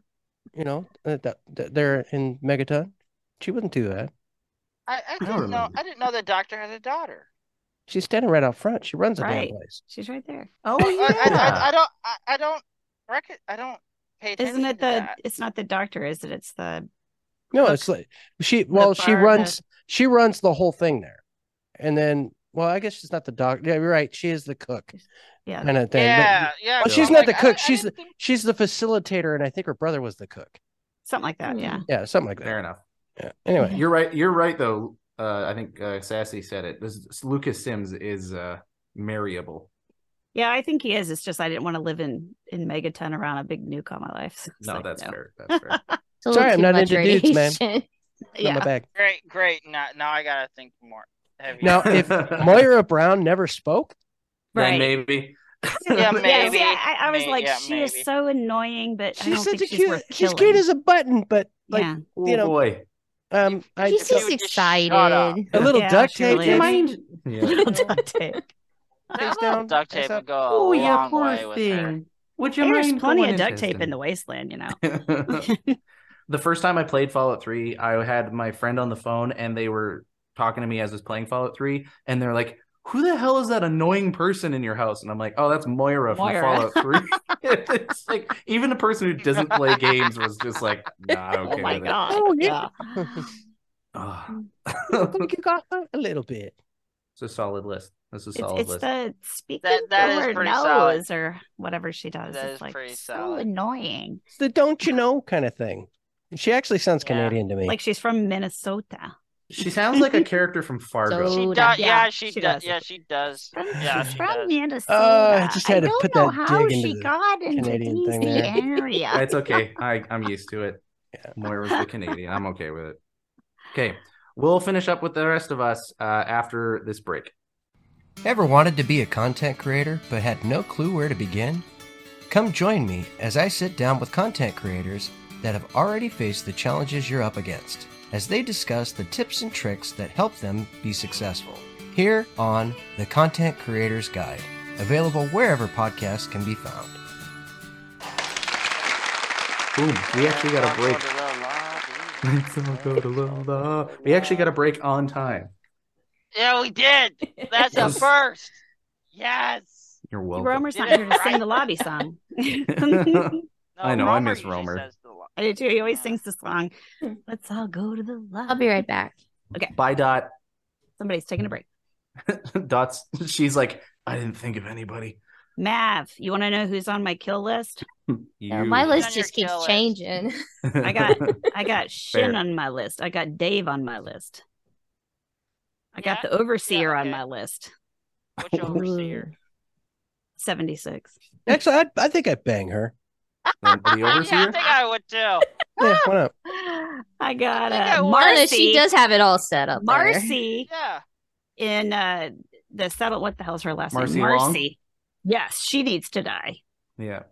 S1: You know, uh, that, that they're in Megaton. She wouldn't do that.
S2: I, I didn't know.
S3: remember.
S2: I didn't know the doctor had a daughter.
S1: She's standing right out front. She runs the
S4: Right.
S1: damn place.
S4: She's right there.
S3: Oh
S2: I, I,
S3: yeah.
S2: I, I don't. I, I don't. Rec- I don't pay attention.
S4: Isn't it
S2: to
S4: the
S2: that.
S4: it's not the doctor, is it? It's the
S1: No,
S4: Look,
S1: it's like she. Well, she
S4: bar, the-
S1: runs. She runs the whole thing there, and then. Well, I guess she's not the doctor. Yeah, you're right. She is the cook
S4: yeah.
S1: kind of thing. but
S2: Yeah, yeah.
S1: Well,
S2: no,
S1: she's
S2: I'm
S1: not
S2: like,
S1: the
S2: I
S1: cook,
S2: don't- I
S1: she's
S2: didn't think-
S1: She's the facilitator, and I think her brother was the cook.
S4: Something like that,
S5: Hmm.
S4: yeah.
S1: Yeah, something like that.
S3: Fair enough.
S1: Yeah. Anyway,
S3: You're right. You're right though. Uh, I think uh, Sassy said it. This, Lucas Sims is uh, marryable.
S4: Yeah, I think he is. It's just I didn't want to live in in Megaton around a big nuke all my life. So it's
S3: No,
S4: like,
S3: that's fair. That's fair.
S5: It's a
S1: Sorry,
S5: little
S1: I'm
S5: too
S1: not
S5: much
S1: into dudes, man.
S5: radiation.
S1: yeah. my
S4: Yeah.
S1: bag.
S2: Great, great. Now, now I gotta think more. Heavy.
S1: Now, if Moira Brown never spoke,
S3: then
S4: Right.
S3: maybe.
S2: Yeah,
S4: Yeah,
S2: maybe.
S4: see, I, I- I was
S2: May-
S4: like,
S2: yeah,
S4: she
S2: maybe.
S4: is so annoying, but I
S1: she's
S4: don't
S1: such a
S4: think she's
S1: cute.
S4: worth
S1: She's
S4: killing.
S1: cute as a button, but like,
S4: yeah.
S3: Oh
S1: you know,
S3: boy.
S1: um, I
S5: He's
S2: you
S5: just
S2: would just shut up.
S5: excited.
S1: a little
S4: Yeah,
S1: duct
S4: she
S1: tape.
S4: really is.
S1: maybe?
S3: Yeah.
S4: Little duct tape.
S2: That
S1: Face
S2: little
S1: down,
S2: duct
S1: face
S2: tape
S1: up.
S2: would go a
S3: Oh yeah,
S2: long
S3: poor
S2: way with her.
S3: thing. Would you
S4: There's
S3: mind
S4: plenty
S3: going
S4: of duct tape
S3: testing?
S4: in the wasteland, you know.
S3: the first time I played Fallout 3, I had my friend on the phone and they were talking to me as I was playing Fallout 3, and they're like, Who the hell is that annoying person in your house? And I'm like, Oh, that's Moira from
S4: Moira."
S3: Fallout 3. it's like even a person who doesn't play games was just like, nah, I don't
S4: oh
S3: care
S4: my
S3: with
S4: god.
S1: Oh, yeah.
S4: yeah.
S1: Look
S3: it.
S1: what you got a little bit.
S3: it's a solid list. This is a
S4: It's,
S3: solid
S4: it's
S3: list.
S4: the speaking
S2: That- that
S4: through
S2: is
S4: her
S2: pretty
S4: nose
S2: solid.
S4: or whatever she does.
S2: That
S4: it's
S2: is
S4: like
S2: pretty
S4: so
S2: solid.
S4: annoying.
S1: It's the don't you know kind of thing. She actually sounds
S2: Yeah.
S1: Canadian to me.
S4: Like she's from Minnesota.
S3: She sounds like a character from Fargo.
S5: So-
S2: She
S5: Dude,
S2: does.
S4: yeah,
S2: Yeah, she,
S4: she
S2: does.
S4: does.
S2: Yeah, she does.
S4: From,
S2: Yeah,
S4: she's
S2: she
S4: from
S2: does.
S4: Minnesota.
S1: Oh, just had to
S4: don't
S1: put
S4: know
S1: that
S4: how
S1: dig into
S4: she
S1: the
S4: got into
S1: Canadian
S4: DC
S1: thing there.
S4: area.
S3: That's okay. I, I'm used to it.
S1: Yeah.
S3: Moira's the Canadian. I'm okay with it. Okay. We'll finish up with the rest of us uh, after this break.
S7: Ever wanted to be a content creator but had no clue where to begin? Come join me as I sit down with content creators that have already faced the challenges you're up against as they discuss the tips and tricks that help them be successful. Here on The Content Creator's Guide, available wherever podcasts can be found.
S3: Boom. We actually got a break.
S2: break.
S3: We actually got a break on time.
S2: Yeah, we did. That's a
S3: Yes.
S2: first. Yes.
S3: You're welcome.
S4: Romer's not here to sing the lobby song.
S2: No,
S3: I know, I miss
S2: usually
S3: Romer.
S2: says the lo-
S4: I do too. He always
S2: Yeah.
S4: sings the song. Let's all go to the lobby.
S5: I'll be right back.
S3: Bye, Dot.
S4: Somebody's taking a break.
S3: Dot's. She's like, I didn't think of anybody.
S4: Mav, you want to know who's on my kill list?
S3: You.
S5: So my list
S2: On your
S5: just keeps
S2: kill list.
S5: changing.
S4: I got I got Shin
S3: Fair.
S4: on my list. I got Dave on my list. I got
S2: Yeah?
S4: the overseer
S2: Yeah,
S4: on
S2: okay.
S4: my list.
S2: Which overseer?
S4: 76.
S1: actually, I, I think I'd bang her.
S3: the
S2: Yeah, I
S3: overseer.
S2: think I would too.
S1: Yeah, why not?
S4: I got
S2: I think I
S4: uh,
S2: would.
S5: Marla,
S4: Marcy.
S5: she does have it all set up. there.
S4: Marcy
S2: Yeah.
S4: in uh the settle what the hell's her last
S3: Marcy
S4: name?
S3: Long?
S4: Marcy. Yes, she needs to die.
S3: Yeah.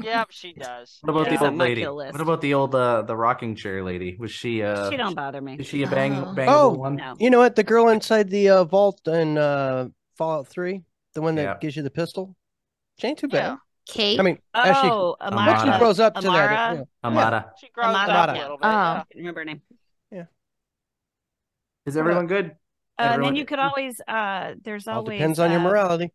S2: Yep, she does.
S3: What about
S4: Yeah.
S3: the old
S4: my
S3: lady?
S4: kill
S3: What
S4: list.
S3: about the old uh, the rocking chair lady? Was she uh
S4: she don't bother me.
S3: is she a bang
S5: Oh.
S3: bang
S1: Oh.
S3: one?
S4: No.
S1: You know what? The girl inside the uh, vault in uh, Fallout Three, the one that
S3: Yeah.
S1: gives you the pistol, she ain't too
S2: Yeah.
S1: bad.
S5: Kate.
S1: I mean, as she-
S4: Oh, Amara.
S1: once she
S3: Amara.
S1: grows up to that,
S4: Amara.
S1: you know,
S3: Amada.
S2: She grows
S4: Amada.
S2: up a
S1: Amada.
S2: little bit.
S5: Oh.
S2: yeah.
S4: Can't remember her name.
S3: Is everyone good?
S4: Uh, and
S3: Everyone-
S4: then you could always. Uh, there's
S1: all
S4: always.
S1: depends on your
S4: uh,
S1: morality.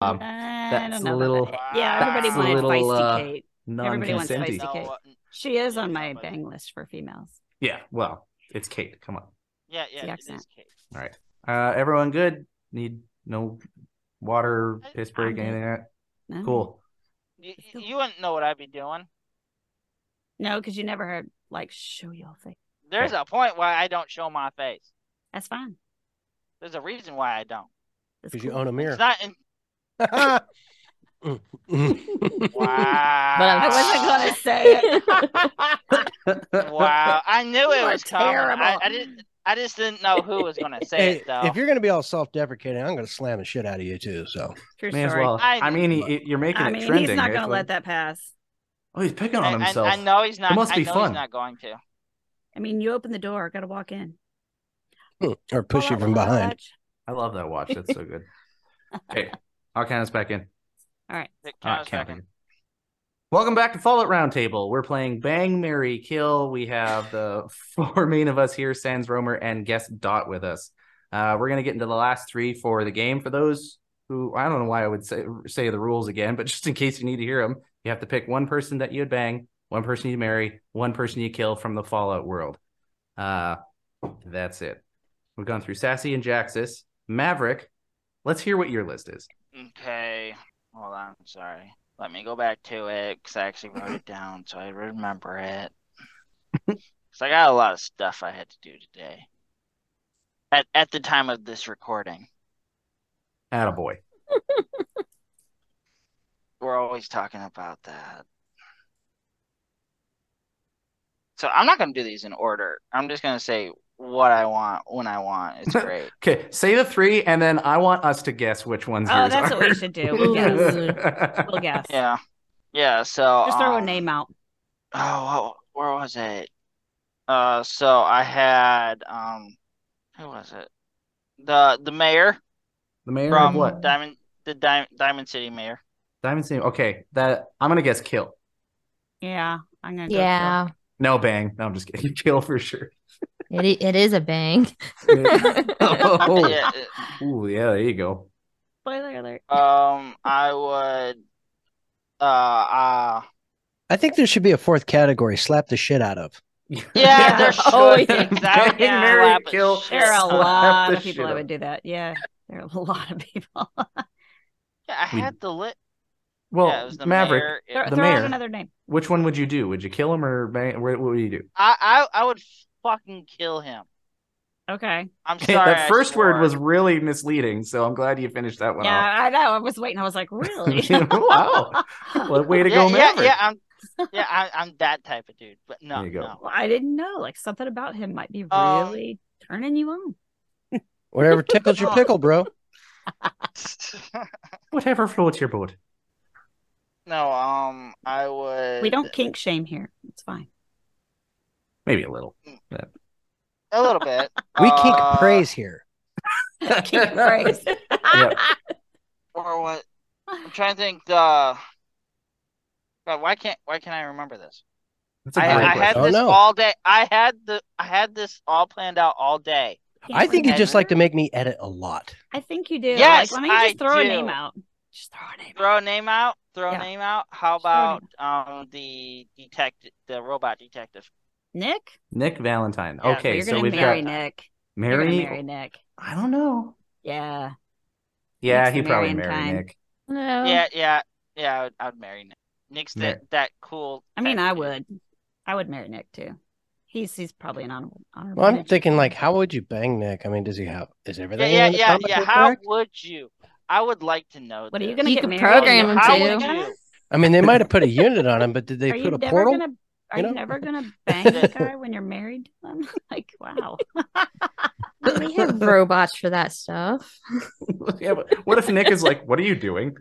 S3: Um,
S4: I
S3: That's
S4: don't
S3: a
S4: know about
S3: little-
S4: that. Oh. Yeah, everybody
S3: That's a
S4: wanted
S3: little,
S4: feisty
S3: uh,
S4: Kate.
S3: non
S4: everybody wants
S3: consenting.
S4: spicy.
S2: No,
S4: She is on
S2: yeah,
S4: my
S2: but-
S4: bang list for females.
S3: Yeah, well, it's Kate. Come on.
S2: Yeah, yeah,
S4: The
S2: it
S4: accent.
S2: is Kate.
S3: Uh everyone good? Need no water,
S2: I-
S3: piss break,
S4: I'm good.
S3: anything like that?
S4: No.
S3: Cool.
S2: You, you- you wouldn't know what I'd be doing.
S4: No, because you never heard like show your face.
S2: There's a point why I don't show my face.
S4: That's fine.
S2: There's a reason why I don't.
S4: That's
S1: Because you
S4: cool.
S1: own a mirror.
S2: It's not in... Wow.
S5: I
S4: I wasn't gonna say it.
S2: Wow. I knew it
S4: You are
S2: was coming. I, I
S4: terrible.
S2: didn't I just didn't know who was gonna say
S1: Hey,
S2: it though.
S1: if you're gonna be all self-deprecating, I'm gonna slam the shit out of you too. So
S4: True
S3: May as
S4: story.
S3: well.
S2: I-
S3: I, mean, he, you're making
S4: I
S3: it
S4: mean,
S3: trending.
S4: he's not
S3: here.
S4: gonna
S3: It's
S4: let
S3: like-
S4: that pass.
S3: Oh, he's picking
S2: I,
S3: on
S2: I-
S3: himself.
S2: I know he's not
S3: must
S2: I
S3: be
S2: know
S3: fun.
S2: he's not going to.
S4: I mean, you open the door, gotta walk in.
S1: or push you
S4: Fallout
S1: from behind.
S4: Watch.
S3: I love that watch. That's so good. okay, I'll count us back in.
S2: It
S3: All right,
S2: comes back
S3: count
S2: in.
S3: in. Welcome back to Fallout Roundtable. We're playing Bang, Mary, Kill. We have the four main of us here, Sans Romer and guest Dot with us. Uh, we're going to get into the last three for the game. For those who, I don't know why I would say, say the rules again, but just in case you need to hear them, you have to pick one person that you'd bang, one person you marry, one person you kill from the Fallout world. Uh, that's it. We've gone through Sassy and Jaxis. Maverick, let's hear what your list is.
S2: Okay. Hold on, sorry. Let me go back to it because I actually wrote it down so I remember it. Because I got a lot of stuff I had to do today. At at the time of this recording.
S3: Attaboy.
S2: We're always talking about that. So I'm not gonna do these in order. I'm just gonna say what I want when I want. It's great.
S3: Okay, say the three, and then I want us to guess which ones.
S4: Oh,
S3: yours
S4: that's
S3: are.
S4: what we should do. We'll guess. We'll guess.
S2: Yeah. Yeah, so
S4: Just throw a
S2: um,
S4: name out.
S2: Oh, wh- where was it? Uh, so I had um, who was it? The the mayor
S3: the mayor
S2: from
S3: of what?
S2: Diamond, the Diamond Diamond City mayor.
S3: Diamond City. Okay, that I'm gonna guess kill.
S4: Yeah, I'm gonna. go
S5: yeah,
S3: No bang. No, I'm just kidding. Kill for sure.
S5: it, i- it is a bang.
S3: oh,
S2: Yeah,
S3: Ooh, yeah. There you go.
S4: for- Spoiler alert.
S2: uh, um, I would, uh, uh,
S1: I think there should be a fourth category: slap the shit out of.
S2: yeah, there
S4: Oh,
S2: should be,
S4: yeah.
S2: 'cause I would slap
S4: Bang,
S3: marry,
S2: the
S3: kill.
S2: shit
S4: There are
S2: out
S4: a
S2: of-
S4: lot
S3: the
S4: of people
S3: shit
S4: that
S3: up.
S4: would do that. Yeah, there are a lot of people.
S2: Yeah, I
S3: We-
S2: had the lit.
S3: Well,
S2: yeah, it was the
S3: Maverick,
S2: mayor. it-
S4: throw
S3: The
S4: throw
S3: mayor.
S4: out another name.
S3: which one would you do? Would you kill him or bang? What, what would you do?
S2: I, I I would fucking kill him.
S4: Okay.
S2: I'm sorry.
S3: that
S2: I
S3: first word
S2: swore.
S3: was really misleading, so I'm glad you finished that one
S4: yeah, I know. I was waiting. I was like, really?
S3: Wow. off. Well, way to
S2: yeah,
S3: go,
S2: yeah,
S3: Maverick.
S2: yeah. I'm, yeah, I, I'm that type of dude. But no,
S3: There you go.
S2: no.
S4: Well, I didn't know. Like something about him might be
S2: Um,
S4: really turning you on.
S1: Whatever tickles your pickle, bro.
S3: Whatever floats your boat.
S2: No, um, I would.
S4: We don't kink shame here. It's fine.
S3: Maybe a little.
S2: a little bit.
S1: We kink
S2: Uh,
S1: praise here.
S4: Kink praise.
S3: Yeah.
S2: Or what? I'm trying to think. The God, why can't why can't I remember this?
S3: That's a
S2: I,
S3: great
S2: I
S3: question.
S2: had
S1: Oh,
S2: this
S1: no.
S2: all day. I had the I had this all planned out all day.
S1: I think you
S2: praise.
S1: just like to make me edit a lot.
S4: I think you do.
S2: Yes,
S4: like, why don't you just
S2: I
S4: throw a
S2: do.
S4: name out? Just throw a name. out.
S2: Throw a name out. Throw
S4: Yeah.
S2: a name out. How
S4: Throw a
S2: about
S4: name
S2: um the detective, the robot detective?
S4: Nick.
S3: Nick Valentine.
S2: Yeah,
S3: okay,
S4: You're
S3: so
S4: gonna
S3: we've
S4: marry
S3: got
S4: Nick. You're
S3: Mary.
S4: gonna marry Nick.
S3: I don't know.
S4: Yeah.
S3: Yeah,
S4: Nick's
S3: he
S4: the
S3: probably
S4: marrying
S3: marry
S4: kind.
S3: Nick.
S4: Oh.
S5: No.
S2: Yeah, yeah, yeah. I would, I would marry Nick. Nick's
S3: Mar-
S2: that that cool.
S4: I mean,
S2: type
S4: I
S2: dude.
S4: would. I would marry Nick too. He's he's probably an honorable. honorable
S1: Well, I'm
S4: mention.
S1: thinking like, how would you bang Nick? I mean, does he have? Is
S2: Yeah,
S1: everything?
S2: yeah,
S1: in the
S2: yeah,
S1: comic
S2: yeah.
S1: book
S2: How
S1: correct?
S2: would you? I would like to know.
S4: What are you
S2: this.
S4: gonna
S5: You
S4: get
S5: could
S4: married?
S5: program him
S2: How
S5: to.
S2: would you?
S1: I mean, they might have put a unit on him, but did they
S4: are
S1: put
S4: you
S1: a
S4: never
S1: portal?
S4: gonna? Are
S1: You
S4: you,
S1: know?
S4: never gonna bang that guy when you're married? to him? like, wow.
S5: We have robots for that stuff.
S3: yeah, but what if Nick is like, "What are you doing?"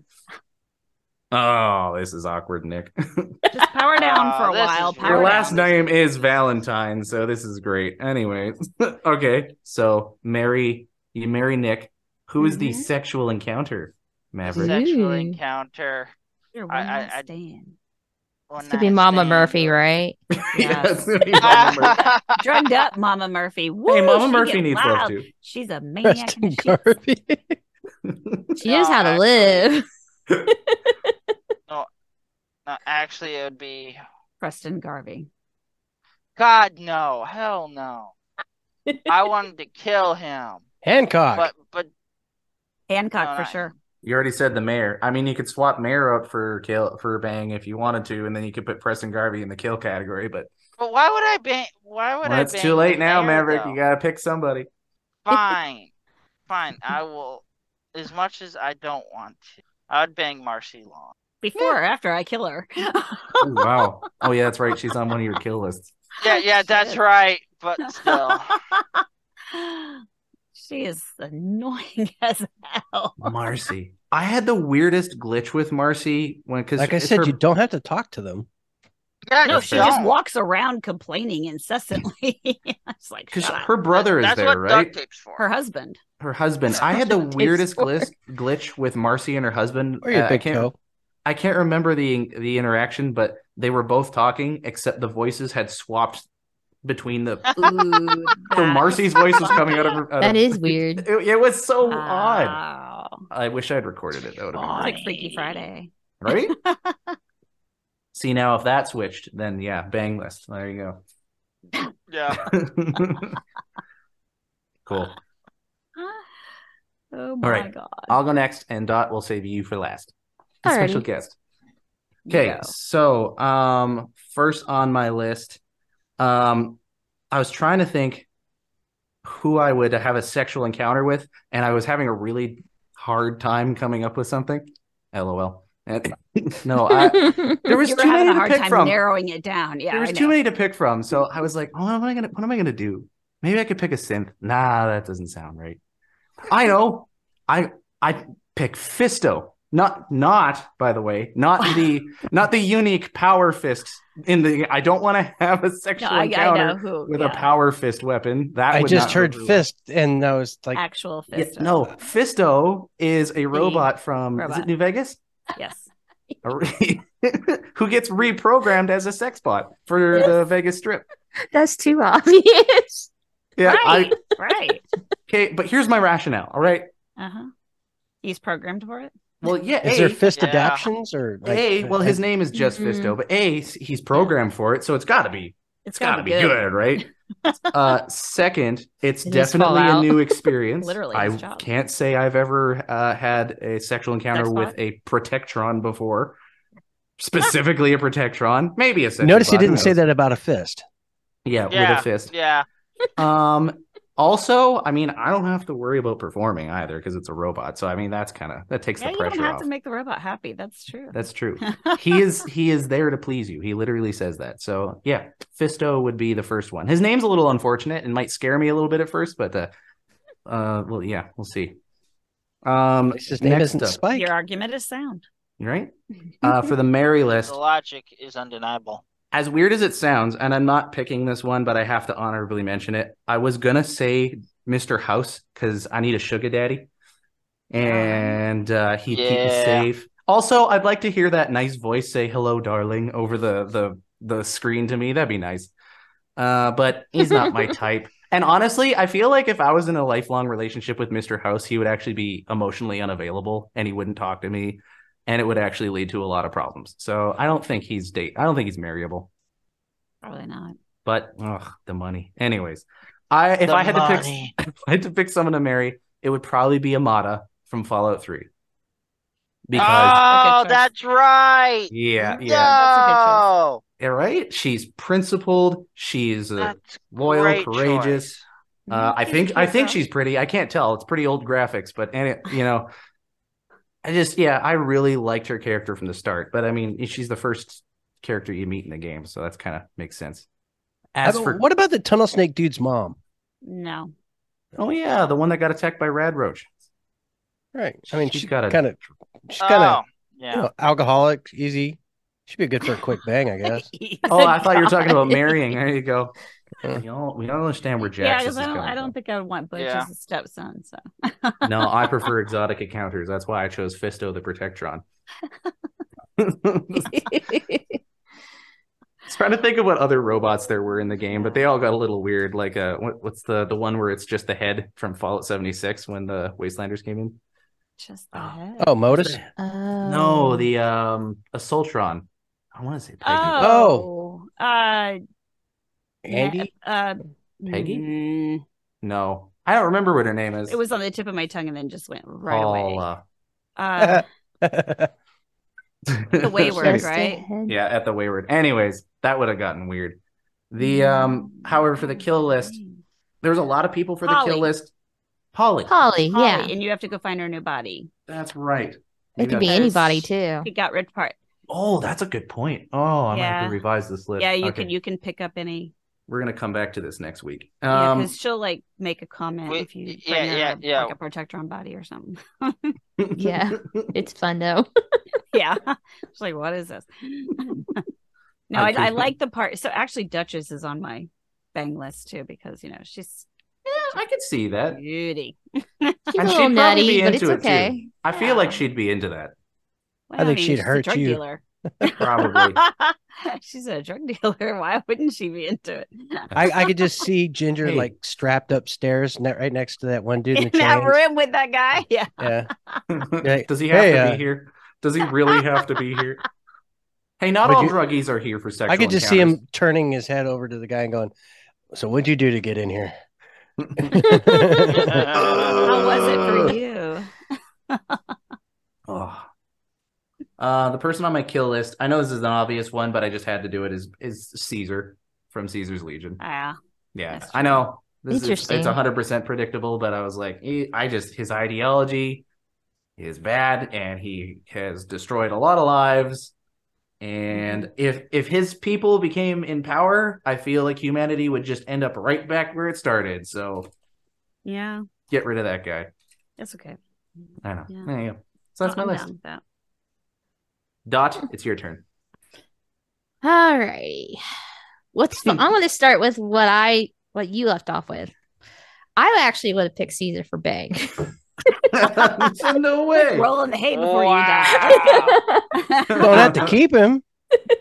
S3: Oh, this is awkward, Nick.
S4: Just power down
S2: Aw,
S4: for a
S2: this
S4: while.
S2: is
S4: Power
S3: Your
S2: Howard
S3: last
S4: down.
S3: name is Valentine, so this is great. Anyway, okay, so marry you marry Nick. Who is the
S4: Mhm.
S3: sexual encounter, Maverick?
S2: Sexual
S5: Ooh.
S2: encounter.
S4: Your
S2: I-
S4: one
S2: I-
S4: night
S2: I-
S4: stand.
S5: This could be Mama Murphy, right?
S3: Yeah, it's gonna be Mama Murphy.
S2: right?
S4: Drugged up Mama Murphy. Woo,
S3: hey, Mama
S4: she
S3: Murphy
S4: gets
S3: needs
S4: wild.
S3: love too.
S4: She's a maniac.
S1: Preston Garvey.
S5: She knows
S2: No,
S5: how to
S2: actually-
S5: live.
S2: no, actually, it would be.
S4: Preston Garvey.
S2: God, no. Hell no. I wanted to kill him.
S1: Hancock.
S2: But, but
S4: Hancock
S2: No,
S4: for
S2: no.
S4: sure.
S3: You already said the mayor. I mean, you could swap mayor out for kill for bang if you wanted to, and then you could put Preston Garvey in the kill category. But
S2: But why would I bang? Why would
S3: well,
S2: I
S3: it's
S2: bang
S3: too late
S2: the
S3: now,
S2: mayor,
S3: Maverick.
S2: though?
S3: You gotta pick somebody.
S2: Fine, fine. I will. As much as I don't want to, I would bang Marcy Long.
S4: Before or after I kill her.
S3: Ooh, wow. oh yeah, that's right. She's on one of your kill lists.
S2: Yeah, yeah, that's
S4: Shit.
S2: right. But still,
S4: she is annoying as hell.
S3: Marcy. I had the weirdest glitch with Marcy when because
S1: like I said, you don't have to talk to them.
S2: yeah,
S4: No,
S2: you
S4: she just
S2: don't.
S4: walks around complaining incessantly. it's like
S3: because
S4: shut up.
S3: her brother is
S2: That's
S3: there,
S2: what
S3: right?
S2: duct tape's for.
S4: her husband.
S3: Her husband. I had the
S5: Duct tape's
S3: weirdest
S5: for.
S3: glitch glitch with Marcy and her husband.
S1: Or your
S3: Uh, I
S1: big
S3: can't
S1: toe.
S3: I can't remember the the interaction, but they were both talking, except the voices had swapped between the. so Marcy's voice was coming out of her. out
S5: That
S3: of-
S5: is weird. Uh,
S3: It, it was so odd.
S4: Wow.
S3: I wish I'd recorded it. That would have been great.
S4: It's like Freaky Friday.
S3: right. See now, if that switched, then yeah, bang list. There you go.
S2: Yeah.
S3: cool.
S4: Oh my
S3: All right.
S4: god.
S3: I'll go next, and Dot will save you for last. A
S5: Alrighty.
S3: Special guest. Okay,
S4: Yeah.
S3: so um, first on my list, um, I was trying to think who I would have a sexual encounter with, and I was having a really hard time coming up with something. LOL. And- no, I, there was
S4: you
S3: too
S4: were having
S3: many
S4: a
S3: to
S4: hard
S3: pick
S4: time
S3: from.
S4: narrowing it down. Yeah.
S3: there was
S4: I know.
S3: too many to pick from, so I was like, oh, "What am I gonna? What am I gonna do? Maybe I could pick a synth. Nah, that doesn't sound right. I know. I I pick Fisto. Not not by the way, not the not the unique power fist in the. I don't want to have a
S4: No,
S3: sexual
S4: I, I
S3: encounter
S4: know who
S3: with a
S4: yeah,
S3: power fist weapon. That
S1: I
S3: would
S1: just
S3: not
S1: heard
S3: go through.
S1: fist and I was like,
S4: actual
S3: Yeah,
S4: fist.
S3: no, Fisto is a robot from is
S4: robot.
S3: it New Vegas?
S4: Yes.
S3: A re- Who gets reprogrammed as a sex bot for the Vegas Strip?
S5: That's too obvious.
S3: Yeah, I,
S4: right. Right.
S3: Okay, but here's my rationale. All right.
S4: Uh huh. He's programmed for it.
S3: Well, yeah.
S1: is
S3: a,
S1: there fist
S2: Yeah.
S1: adaptions or like, uh,
S3: a well, his name is just
S5: Mhm.
S3: Fisto, but A he's programmed for it, so it's got to be
S4: It's
S3: it's got to be good, right? uh, second, it's
S5: It is
S3: definitely a
S5: Fallout.
S3: new experience.
S4: Literally,
S3: I
S4: his job.
S3: can't say I've ever uh, had a sexual encounter
S4: Sex bot?
S3: with a Protectron before. Specifically, a Protectron, maybe a. sex
S1: Notice he
S3: bot, who
S1: didn't say
S3: knows?
S1: that about a fist.
S3: Yeah, with
S2: Yeah.
S3: a fist.
S2: Yeah.
S3: Um. Also, I mean, I don't have to worry about performing either because it's a robot. So, I mean, that's kind of that takes
S4: Yeah,
S3: the
S4: you
S3: pressure
S4: don't have
S3: off.
S4: to make the robot happy. That's true.
S3: That's true. he is he is there to please you. He literally says that. So yeah, Fisto would be the first one. His name's a little unfortunate and might scare me a little bit at first, but uh, uh well yeah, we'll see. Um,
S1: At least His name
S3: next
S1: isn't
S3: up,
S1: Spike.
S4: Your argument is sound.
S3: right? Uh, for the Mary list,
S2: The logic is undeniable.
S3: as weird as it sounds, and I'm not picking this one, but I have to honorably mention it. I was gonna say Mr. House because I need a sugar daddy, and uh, he keep me
S2: Yeah.
S3: safe. Also, I'd like to hear that nice voice say "Hello, darling" over the the the screen to me. That'd be nice. Uh, but he's not my type. And honestly, I feel like if I was in a lifelong relationship with Mr. House, he would actually be emotionally unavailable, and he wouldn't talk to me, and it would actually lead to a lot of problems. So I don't think he's date. I don't think he's marryable
S4: Probably not.
S3: but ugh, the money. Anyways, I if
S2: The
S3: I had to pick
S2: money.
S3: if I had to pick someone to marry, it would probably be Amada from Fallout Three. Because
S2: Oh,
S4: Okay, choice.
S2: that's right.
S3: yeah,
S2: No.
S3: yeah,
S4: That's
S3: yeah, right. She's principled. She's uh,
S2: That's
S3: loyal,
S2: great
S3: courageous.
S2: choice.
S3: Uh, I
S4: She's
S3: think
S4: a
S3: I
S4: cute
S3: think
S4: girl.
S3: she's pretty. I can't tell. It's pretty old graphics, but and it, you know, I just yeah, I really liked her character from the start. But I mean, she's the first character you meet in the game, so that's kind of makes sense. As
S1: Uh,
S3: for
S1: What about the tunnel snake dude's mom?
S4: No.
S3: oh yeah, the one that got attacked by Rad Roach.
S1: Right. I mean,
S3: She's
S1: she's
S3: got a-
S1: kind of, she's kind of
S2: Oh, Yeah.
S1: You know, alcoholic, easy. Should be good for a quick bang, I guess.
S3: Oh, I thought you were talking about marrying. There you go.
S1: Yeah.
S3: We all, we all understand where
S4: Uh. Yeah,
S3: Jax
S4: because
S3: is
S4: I don't,
S3: going
S4: I
S3: from.
S4: don't think I would want Butch
S2: Yeah.
S4: as a stepson. So
S3: no, I prefer exotic encounters. That's why I chose Fisto the Protectron. trying to think of what other robots there were in the game, but they all got a little weird. Like, uh, what, what's the the one where it's just the head from Fallout seventy six when the Wastelanders came in?
S4: just the
S3: Oh.
S4: head.
S1: Oh, Modus.
S5: Oh.
S3: No, the um Assaultron. I want to say Peggy.
S4: Oh, uh,
S1: Andy?
S4: uh,
S3: Peggy?
S4: mm,
S3: No, I don't remember what her name is.
S4: it was on the tip of my tongue and then just went right away.
S3: Paula.
S4: Uh,
S3: the
S4: Wayward.
S5: Just
S4: right?
S5: ahead.
S3: yeah, at the Wayward. Anyways, that would have gotten weird. The um,
S4: mm,
S3: however, for the kill list, there was a lot of people for the
S4: Polly.
S3: kill list. Polly.
S5: Polly,
S4: Polly,
S5: yeah.
S4: and you have to go find her new body.
S3: That's right.
S5: It could be
S4: Because-
S5: anybody too.
S4: It got ripped apart.
S3: Oh, that's a good point. Oh, I might have
S4: Yeah.
S3: to revise this list.
S4: Yeah, you
S3: Okay.
S4: can you can pick up any.
S3: We're gonna come back to this next week.
S4: Yeah,
S3: Um,
S4: because she'll like make a comment
S2: we-
S4: if you
S2: y-
S4: bring
S2: yeah,
S4: her
S2: yeah,
S4: up,
S2: yeah.
S4: like a protectron body or something.
S5: Yeah. It's fun though.
S4: yeah, she's like, "What is this?" no, I, I
S3: Okay.
S4: like the part. So actually, Duchess is on my bang list too because you know she's
S3: Yeah, I could see that.
S4: beauty.
S5: She's
S3: And
S5: a
S3: she'd
S5: little
S3: probably be
S5: nutty, but it's
S3: into it, too.
S5: okay.
S3: I
S4: Yeah.
S3: feel like she'd be into that.
S4: Well,
S1: think
S4: mean,
S1: she'd
S4: she's a
S1: hurt
S4: drug
S1: you.
S4: dealer.
S3: Probably.
S4: she's a drug dealer. Why wouldn't she be into it?
S1: I, I could just see Ginger
S3: Hey.
S1: like strapped upstairs ne- right next to that one dude in,
S4: in
S1: the
S4: that
S1: chains.
S4: room with that guy. Yeah.
S1: Yeah. Hey-
S3: Does he have
S1: hey,
S3: to
S1: uh,
S3: be here? Does he really have to be here? Hey, not
S1: Would
S3: all
S1: you-
S3: druggies are here for sexual.
S1: I could just see
S3: encounters.
S1: him turning his head over to the guy and going, So what'd you do to get in here?
S4: How was it
S3: Ugh.
S4: for you?
S3: Ugh. Uh, the person on my kill list. I know this is an obvious one, but I just had to do it. Is is Caesar from Caesar's Legion?
S4: Ah,
S3: Yeah,
S4: That's
S3: I know. This is,
S5: Interesting.
S3: it's hundred percent predictable, but I was like, eh, I just his ideology is bad, and he has destroyed a lot of lives.
S5: Mm-hmm.
S3: And if if his people became in power, I feel like humanity would just end up right back where it started. So
S4: yeah,
S3: get rid of that guy.
S4: that's okay.
S3: I know.
S4: Yeah.
S3: There you go. So that's my
S4: I'm
S3: list.
S4: down with that.
S3: Dot, it's your turn.
S5: All righty. What's fun? I'm going to start with what I what you left off with. I actually would have picked Caesar for Bang.
S3: no way.
S4: Rolling the hate before you die.
S1: Don't have to keep him.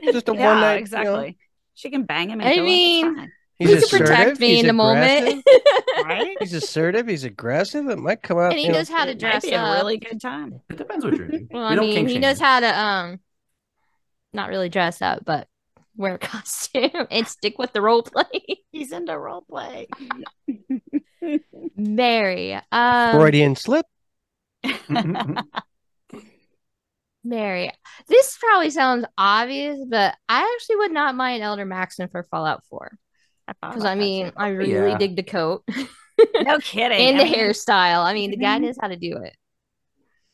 S1: Just a
S4: yeah,
S1: one night.
S4: exactly. She can bang him. And
S5: I
S4: kill him,
S5: mean,
S4: it's fine.
S1: You know,
S5: he
S1: he's
S5: could protect
S1: assertive,
S5: me
S1: he's
S5: in the moment.
S1: aggressive,
S4: right?
S1: he's assertive. He's aggressive. It might come out.
S5: and he
S1: you know,
S5: knows how to
S4: It might
S5: dress
S4: be a
S5: up.
S4: really good time.
S3: It depends what you're doing.
S5: well,
S3: we
S5: I
S3: don't
S5: mean,
S3: kink
S5: he
S3: shame.
S5: knows how to um not really dress up, but wear a costume and stick with the role play.
S4: He's into role play.
S5: Mary. Um,
S1: Freudian slip.
S5: Mary. This probably sounds obvious, but I actually would not mind Elder Maxon for Fallout 4. Because I mean, I really
S3: Yeah.
S5: dig the coat
S4: no kidding.
S5: and
S4: I
S5: the
S4: mean,
S5: hairstyle. I mean, the guy
S4: Mhm.
S5: knows how to do it.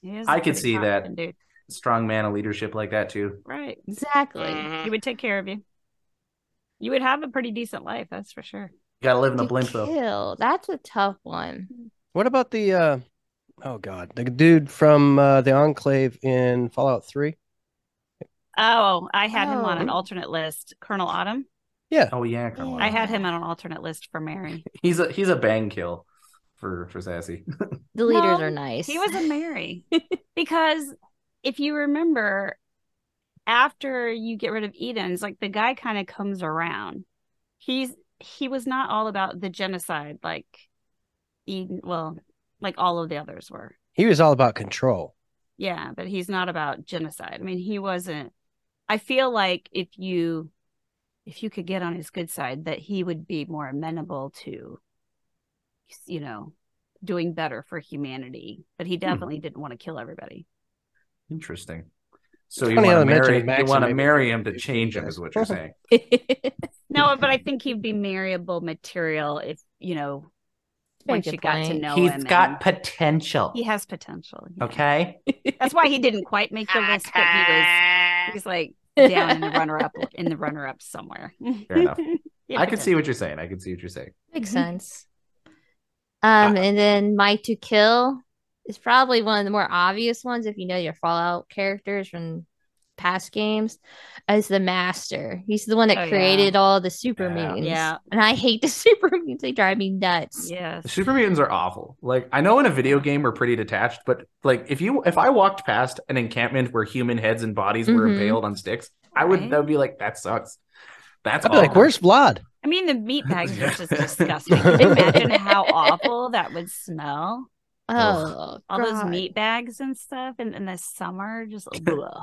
S4: he is
S3: I
S4: a
S3: could
S4: pretty
S3: see that.
S4: confident dude.
S3: Strong man of leadership like that too.
S4: Right.
S2: Mm,
S5: Exactly.
S2: Mm-hmm.
S4: He would take care of you. You would have a pretty decent life, that's for sure.
S3: Gotta live in a
S5: To
S3: blimp though.
S5: kill. That's a tough one.
S1: What about the? uh Oh God, the dude from uh, the Enclave in Fallout Three.
S4: Oh, I had him on an
S5: Oh.
S4: alternate list, Colonel Autumn.
S3: Oh yeah, Colonel.
S5: Yeah.
S4: I had him on an alternate list for Mary.
S3: He's a he's a bang kill for for Sassy.
S5: The leaders
S4: No,
S5: are nice.
S4: He was a Mary because if you remember, after you get rid of Eden's, like the guy kind of comes around. He's he was not all about the genocide like Eden. Well, like all of the others were.
S1: He was all about control.
S4: Yeah, but he's not about genocide. I mean, he wasn't. I feel like if you if you could get on his good side, that he would be more amenable to, you know, doing better for humanity. But
S3: Hmm.
S4: he definitely didn't want to kill everybody.
S3: Interesting. So
S1: It's
S3: you
S1: funny
S3: want
S1: how
S3: to
S1: the mention of
S3: marry you
S1: Maxim
S3: want
S1: made
S3: to
S1: me
S3: marry
S1: think
S3: him
S1: of
S3: to
S1: these
S3: change him
S1: guys.
S3: is what you're saying.
S4: No, but I think he'd be marryable material if you know
S5: Very
S4: once you
S5: good
S4: got to
S5: point.
S4: know him.
S3: He's
S4: and-
S3: got potential.
S4: he has potential. yeah.
S3: Okay.
S4: that's why he didn't quite make the list, but he was he's like down in the runner up in the runner up somewhere.
S3: Fair enough. I can see what you're saying. I
S4: Mm-hmm.
S3: can see what you're saying.
S5: Makes
S4: Mhm.
S5: sense. Um, and then my to kill It's probably one of the more obvious ones if you know your Fallout characters from past games. uh, Is the Master? He's the one that
S4: Oh, yeah.
S5: created all the super
S3: Yeah.
S5: mutants.
S4: Yeah.
S5: and I hate the super mutants. They drive me nuts.
S3: The
S4: Yes.
S3: super mutants are awful. Like I know in a video game we're pretty detached, but like if you if I walked past an encampment where human heads and bodies were
S1: Mm-hmm.
S5: Mhm.
S3: impaled on sticks, I would
S4: Right.
S3: that would be like that sucks. That's
S1: I'd be like,
S3: awful.
S1: where's Vlad?
S4: I mean, the meat bags
S3: Yeah.
S4: are just disgusting. Can you imagine how awful that would smell?
S5: Oh,
S4: All those
S5: God.
S4: meat bags and stuff, and in the summer, just ugh.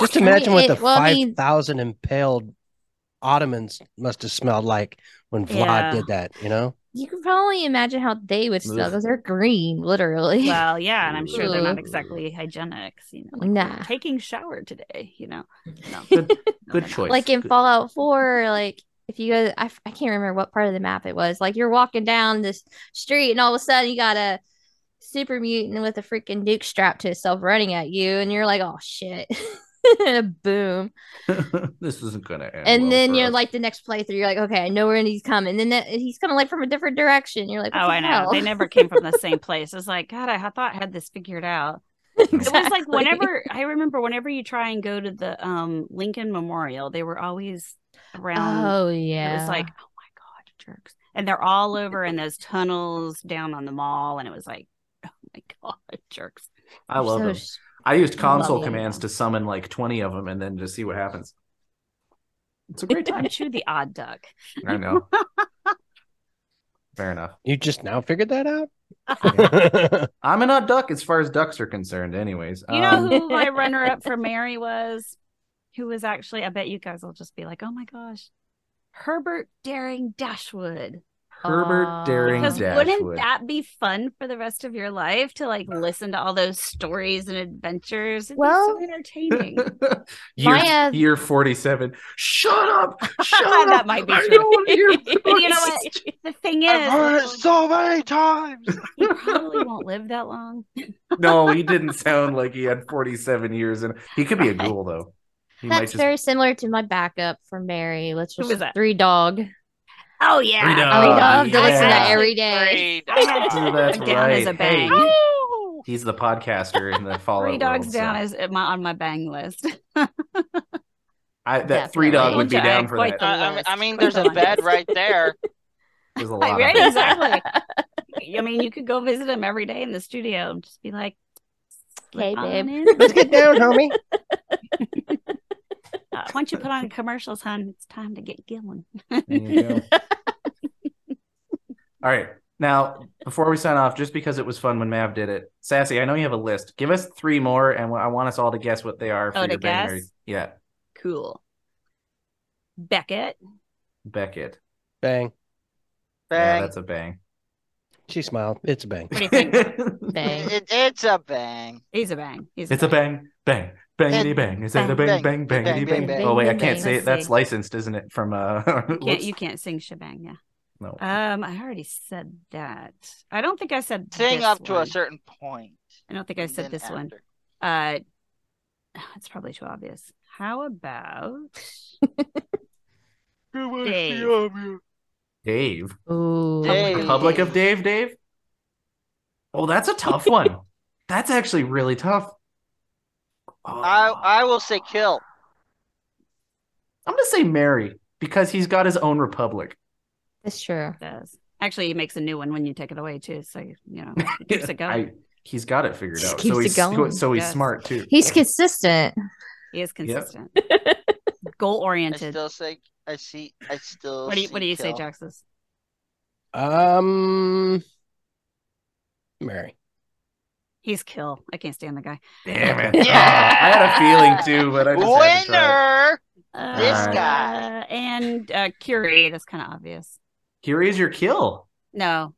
S1: Just imagine what
S5: it-
S1: the
S5: well, I mean-
S1: five thousand impaled Ottomans must have smelled like when Vlad
S4: Yeah.
S1: did that. You know,
S5: You can probably imagine how they would smell
S3: Ugh.
S5: because they're green, literally.
S4: well, yeah, and I'm sure they're
S5: Ooh.
S4: not exactly hygienic. so, You know, like,
S5: Nah.
S4: taking shower today. You know, no, No,
S3: Good-
S4: they're
S3: good
S4: not.
S3: choice.
S5: like in
S3: Good-
S5: Fallout 4, like if you go, I, f- I can't remember what part of the map it was. Like you're walking down this street and all of a sudden you got a super mutant with a freaking nuke strapped to itself running at you, and you're like, oh shit. Boom.
S3: this isn't gonna end.
S5: And
S3: well
S5: then
S3: for
S5: you're
S3: us.
S5: like the next playthrough, you're like, okay, I know where he's coming. And then that, he's coming like from a different direction. You're like,
S4: Oh, I know. They never came from the same place. It's like, God, I ha- thought I had this figured out. It was like whenever I remember whenever you try and go to the um Lincoln Memorial, they were always around.
S5: Oh,
S4: It
S5: yeah.
S4: was like, oh my God, jerks. And they're all over in those tunnels down on the mall. And it was like, oh my God, jerks.
S3: I
S5: You're
S3: love
S5: so
S3: them.
S5: s-
S3: I used console
S5: loving
S3: commands
S5: them.
S3: to summon like twenty of them and then just see what happens. It's a great time.
S4: Aren't you the odd duck?
S3: I know. Fair enough.
S1: you just now figured that out.
S3: I'm an odd duck as far as ducks are concerned, anyways.
S4: You know
S3: Um,
S4: who my runner up for Mary was? Who was actually, I bet you guys will just be like, oh my gosh, Herbert Daring Dashwood.
S3: Herbert Daring
S4: Because
S3: Dashwood.
S4: wouldn't that be fun for the rest of your life to like listen to all those stories and adventures? It'd
S5: Well-
S4: be so entertaining.
S3: year,
S5: My, uh,
S3: year 47. Shut up! Shut up!
S4: That might be
S3: I
S4: true.
S3: don't wanna hear
S4: But you know
S3: voices.
S4: what? The thing
S2: I've heard it
S4: is,
S2: so many times.
S4: he probably won't live that long.
S3: No, he didn't sound like he had 47 years. and He could be a
S4: Right.
S3: ghoul, though. He might
S5: That's
S3: just
S5: very similar to my backup for Mary, which
S4: Who
S5: was,
S4: was that?
S5: three dog.
S4: Oh yeah,
S3: Three
S5: I
S3: dogs.
S5: love to listen to that
S3: Yeah.
S5: every day.
S2: Great.
S4: I had
S3: Oh, that's
S4: down as
S3: right.
S4: a bang.
S3: Hey.
S2: Oh,
S3: He's the podcaster in the Fallout.
S4: Three dogs
S3: world, so
S4: down is my on my bang list.
S3: I, that three dog would be
S4: Definitely.
S3: down for
S4: Quite
S3: that.
S4: the-
S2: I, I mean, I mean, there's a
S4: Quite the
S2: bed
S4: list.
S2: right there.
S3: There's a lot. of
S4: right,
S3: them.
S4: exactly. I mean, you could go visit him every day in the studio and just be like,
S5: Okay,
S4: "Slip on
S5: babe.
S4: in.
S1: Let's get down, homie.
S4: Uh, once you put on commercials, hon, it's time to get going.
S3: There you go. All right. Now, before we sign off, just because it was fun when Mav did it, Sassy, I know you have a list. Give us three more, and I want us all to guess what they are for
S4: Oh, to
S3: your Bang
S4: guess?
S3: Mary- Yeah,
S4: Cool. Beckett.
S3: Beckett.
S1: Bang.
S3: Yeah,
S2: Bang.
S3: that's a bang.
S1: She smiled. It's a bang.
S4: What do you think?
S3: it's
S5: Bang.
S2: It, it's a bang.
S4: He's a bang. He's
S3: a bang, bang, bangity bang. Is that a bang,
S2: Bang, bang,
S3: bang, bangity
S2: bang,
S3: bang?
S2: bang,
S3: Oh wait, I
S5: bang,
S3: can't
S5: bang.
S3: say it.
S4: Let's
S3: That's
S4: see.
S3: licensed, isn't it? From uh,
S4: Can't,
S3: whoops.
S4: you can't sing shebang, yeah.
S3: no.
S4: Um, I already said that. I don't think I said
S2: Sing
S4: this
S2: up to a
S4: one.
S2: certain point.
S4: I don't think I
S2: and
S4: said
S2: then
S4: this one.
S2: after.
S4: Uh, it's probably too obvious. How about
S2: It must be
S4: Dave.
S2: obvious.
S3: Dave.
S5: Ooh.
S2: Dave.
S3: Public of Dave. Dave. Oh, that's a tough one. that's actually really tough. Oh.
S2: I I will say kill.
S3: I'm gonna say Mary because he's got his own republic.
S5: That's true.
S4: this? Actually, he makes a new one when you take it away too. So you know, he keeps it going.
S3: I, he's got it figured
S5: Just
S3: out.
S5: keeps
S3: So
S5: it
S3: he's
S5: going.
S3: so he's
S4: Yes.
S3: smart too.
S5: He's consistent.
S4: He is consistent, goal
S2: I
S4: oriented.
S2: still say I see. I still.
S4: What do you
S2: see
S4: What do you say,
S2: kill.
S4: Jaxus?
S1: Um, Mary.
S4: He's kill. I can't stand the guy.
S3: Damn it! Oh, I had a feeling too, but I just had to try. it.
S2: Winner.
S3: This
S2: guy.
S4: uh, and uh, Curie. That's kind of obvious.
S3: Here is your kill.
S4: No,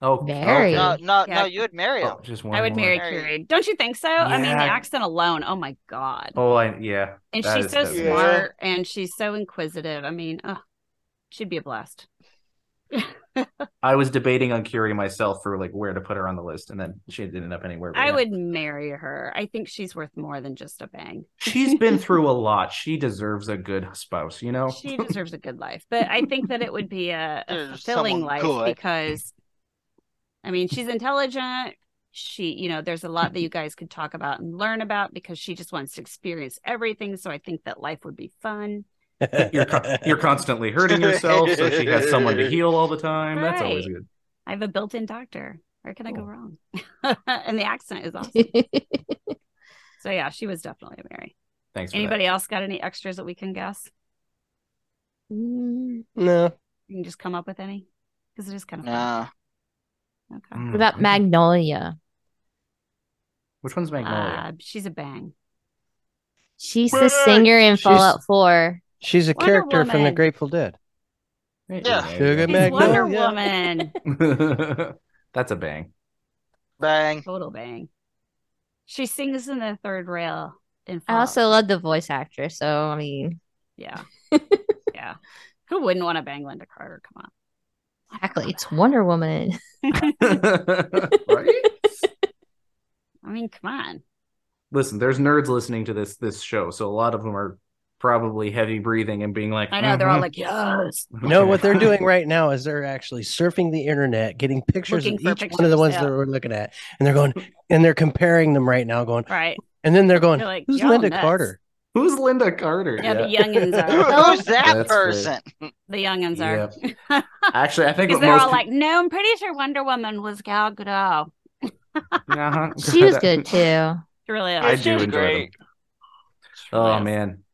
S3: Oh, okay.
S5: Mary.
S2: No, no,
S4: Yeah.
S2: no. You would marry him.
S3: Oh, just one.
S4: I would
S3: more.
S4: marry
S2: Mary.
S4: Curie. Don't you think so? I mean, the
S3: Yeah.
S4: accent alone. Oh my god.
S3: Oh, I, yeah.
S4: And
S3: That
S4: she's
S3: is
S4: so
S3: definitely-
S4: smart and she's so inquisitive. I mean, oh, she'd be a blast.
S3: I was debating on Curie myself for like where to put her on the list, and then she didn't end up anywhere. but
S4: I
S3: yeah.
S4: would marry her. I think she's worth more than just a bang.
S3: She's been through a lot. She deserves a good spouse, you know.
S4: She deserves a good life, but I think that it would be a, a
S2: There's
S4: fulfilling
S2: someone
S4: life
S2: good.
S4: because, I mean, she's intelligent. she you know there's a lot that you guys could talk about and learn about because she just wants to experience everything so i think that life would be fun
S3: You're con- you're constantly hurting yourself, so she has someone to heal all the time. That's always
S4: Right.
S3: good.
S4: i have a built-in doctor where can i go
S3: Cool.
S4: wrong and the accent is awesome so yeah she was definitely a mary
S3: Thanks. For
S4: anybody else got any extras that we can guess
S5: Mm,
S1: No.
S4: you can just come up with any because it is
S3: Oh.
S4: kind of fun.
S2: Nah.
S4: okay
S3: That. Mm.
S5: what about Magnolia?
S3: Which one's Magnolia?
S4: Uh, she's a bang
S5: She's the singer in
S1: She's-
S5: Fallout 4.
S1: She's a
S4: Wonder
S1: character from the
S4: Woman.
S1: Grateful Dead.
S3: Hey,
S2: yeah.
S1: Sugar
S4: She's
S1: Magnolia.
S4: wonder woman
S3: Magnolia. That's a bang.
S2: Bang.
S4: total bang she sings in the third rail in
S5: I also
S4: Fallout.
S5: love the voice actress, so I mean,
S4: Yeah. yeah. Who wouldn't want to bang Linda Carter? Come
S5: exactly, it's Wonder Woman.
S4: on.
S3: right?
S4: I mean, come on.
S3: Listen, there's nerds listening to this this show, so a lot of them are probably heavy breathing and being like,
S4: I know they're all
S3: "Mhm."
S4: like, yes.
S1: No, what they're doing right now is they're actually surfing the internet, getting pictures
S4: Looking
S1: of
S4: for
S1: each one of the
S4: pictures,
S1: ones
S4: yeah.
S1: that we're looking at, and they're going and they're comparing them right now, going,
S4: Right.
S1: and then they're going,
S4: They're like,
S1: "Who's
S4: "Y'all
S1: Linda
S4: nuts."
S1: Carter?"
S3: Who's Linda Carter?
S4: Yeah, the youngins
S2: Who-
S4: are.
S2: Who's that
S3: That's great.
S2: person?
S4: The youngins are. Because
S3: Actually, I think what
S4: they're
S3: most
S4: all like, no, I'm pretty sure Wonder Woman was Gal Gadot.
S3: peop- Uh-huh.
S5: She was good too.
S4: She really
S3: I
S4: is.
S2: She's
S3: do enjoy
S2: great.
S3: them.
S4: She really
S3: Oh
S4: is.
S3: man.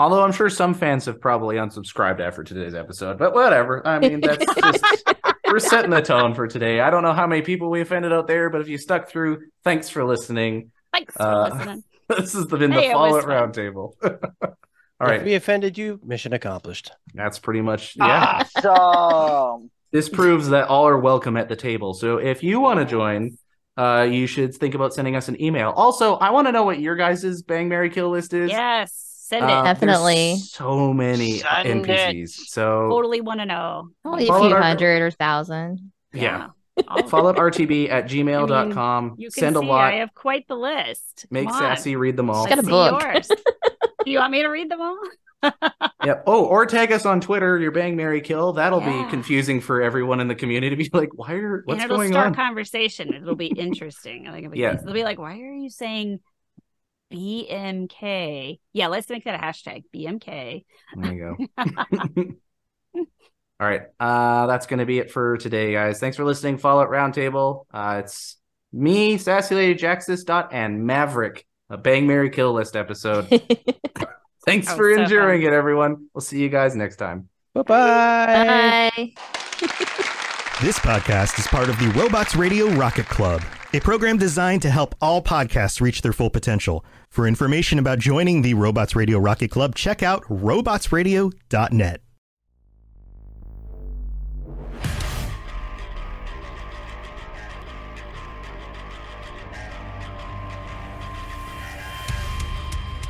S3: Although I'm sure some fans have probably unsubscribed after today's episode, but whatever. I mean, that's just we're setting the tone for today. I don't know how many people we offended out there, but if you stuck through, thanks for listening.
S4: Thanks for
S3: Uh,
S4: listening.
S3: This has been the
S4: Hey, it was
S3: Fallout
S4: fun.
S3: Roundtable. All
S1: If
S3: right,
S1: we offended you, mission accomplished.
S3: that's pretty much
S4: Uh,
S3: yeah.
S2: Awesome.
S3: This proves that all are welcome at the table. So if you want to join, uh, you should think about sending us an email. Also, I want to know what your guys' Bang Mary Kill list is.
S4: Yes. Send it.
S3: Uh, there's
S5: Definitely.
S3: so many
S2: Send
S3: NPCs.
S2: it.
S3: So
S4: totally want to know.
S5: Only a
S3: Follow
S5: few
S3: our-
S5: hundred or thousand.
S3: yeah.
S4: All of
S3: Follow
S4: it.
S3: up RTB at gmail.com.
S4: You can
S3: Send a
S4: see
S3: lot.
S4: I have quite the list.
S3: Make
S4: Come on.
S3: sassy read them all.
S5: It's got a
S4: Let's see
S5: book.
S4: yours. Do you want me to read them all?
S3: Yep. Oh, or tag us on Twitter, your Bang Mary Kill. That'll
S4: Yeah.
S3: be confusing for everyone in the community to be like, why are what's
S4: and it'll
S3: going
S4: start
S3: on?
S4: conversation. It'll be interesting. I think it'll be,
S3: Yeah.
S4: they'll be like, why are you saying BMK? Yeah, let's make that a hashtag BMK.
S3: There you go. All right. Uh, that's going to be it for today, guys. Thanks for listening. Fallout Roundtable. Uh, it's me, Sassy Lady Jaxis, Dot, and Maverick, a Bang Mary Kill list episode. Thanks
S4: Oh,
S3: for
S4: so
S3: enduring
S4: fun.
S3: it, everyone. We'll see you guys next time.
S1: Bye-bye.
S5: Bye.
S8: This podcast is part of the Robots Radio Rocket Club, a program designed to help all podcasts reach their full potential. For information about joining the Robots Radio Rocket Club, check out robotsradio.net.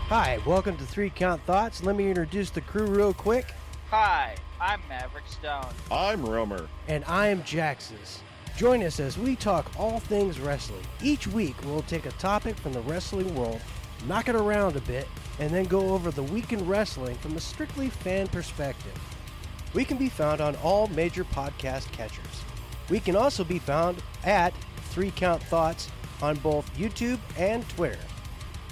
S1: Hi, welcome to Three Count Thoughts. Let me introduce the crew real quick.
S2: Hi, I'm Maverick Stone.
S9: I'm Romer.
S1: and I am Jax's. Join us as we talk all things wrestling. Each week, we'll take a topic from the wrestling world, knock it around a bit, and then go over the week in wrestling from a strictly fan perspective. We can be found on all major podcast catchers. We can also be found at Three Count Thoughts on both YouTube and Twitter.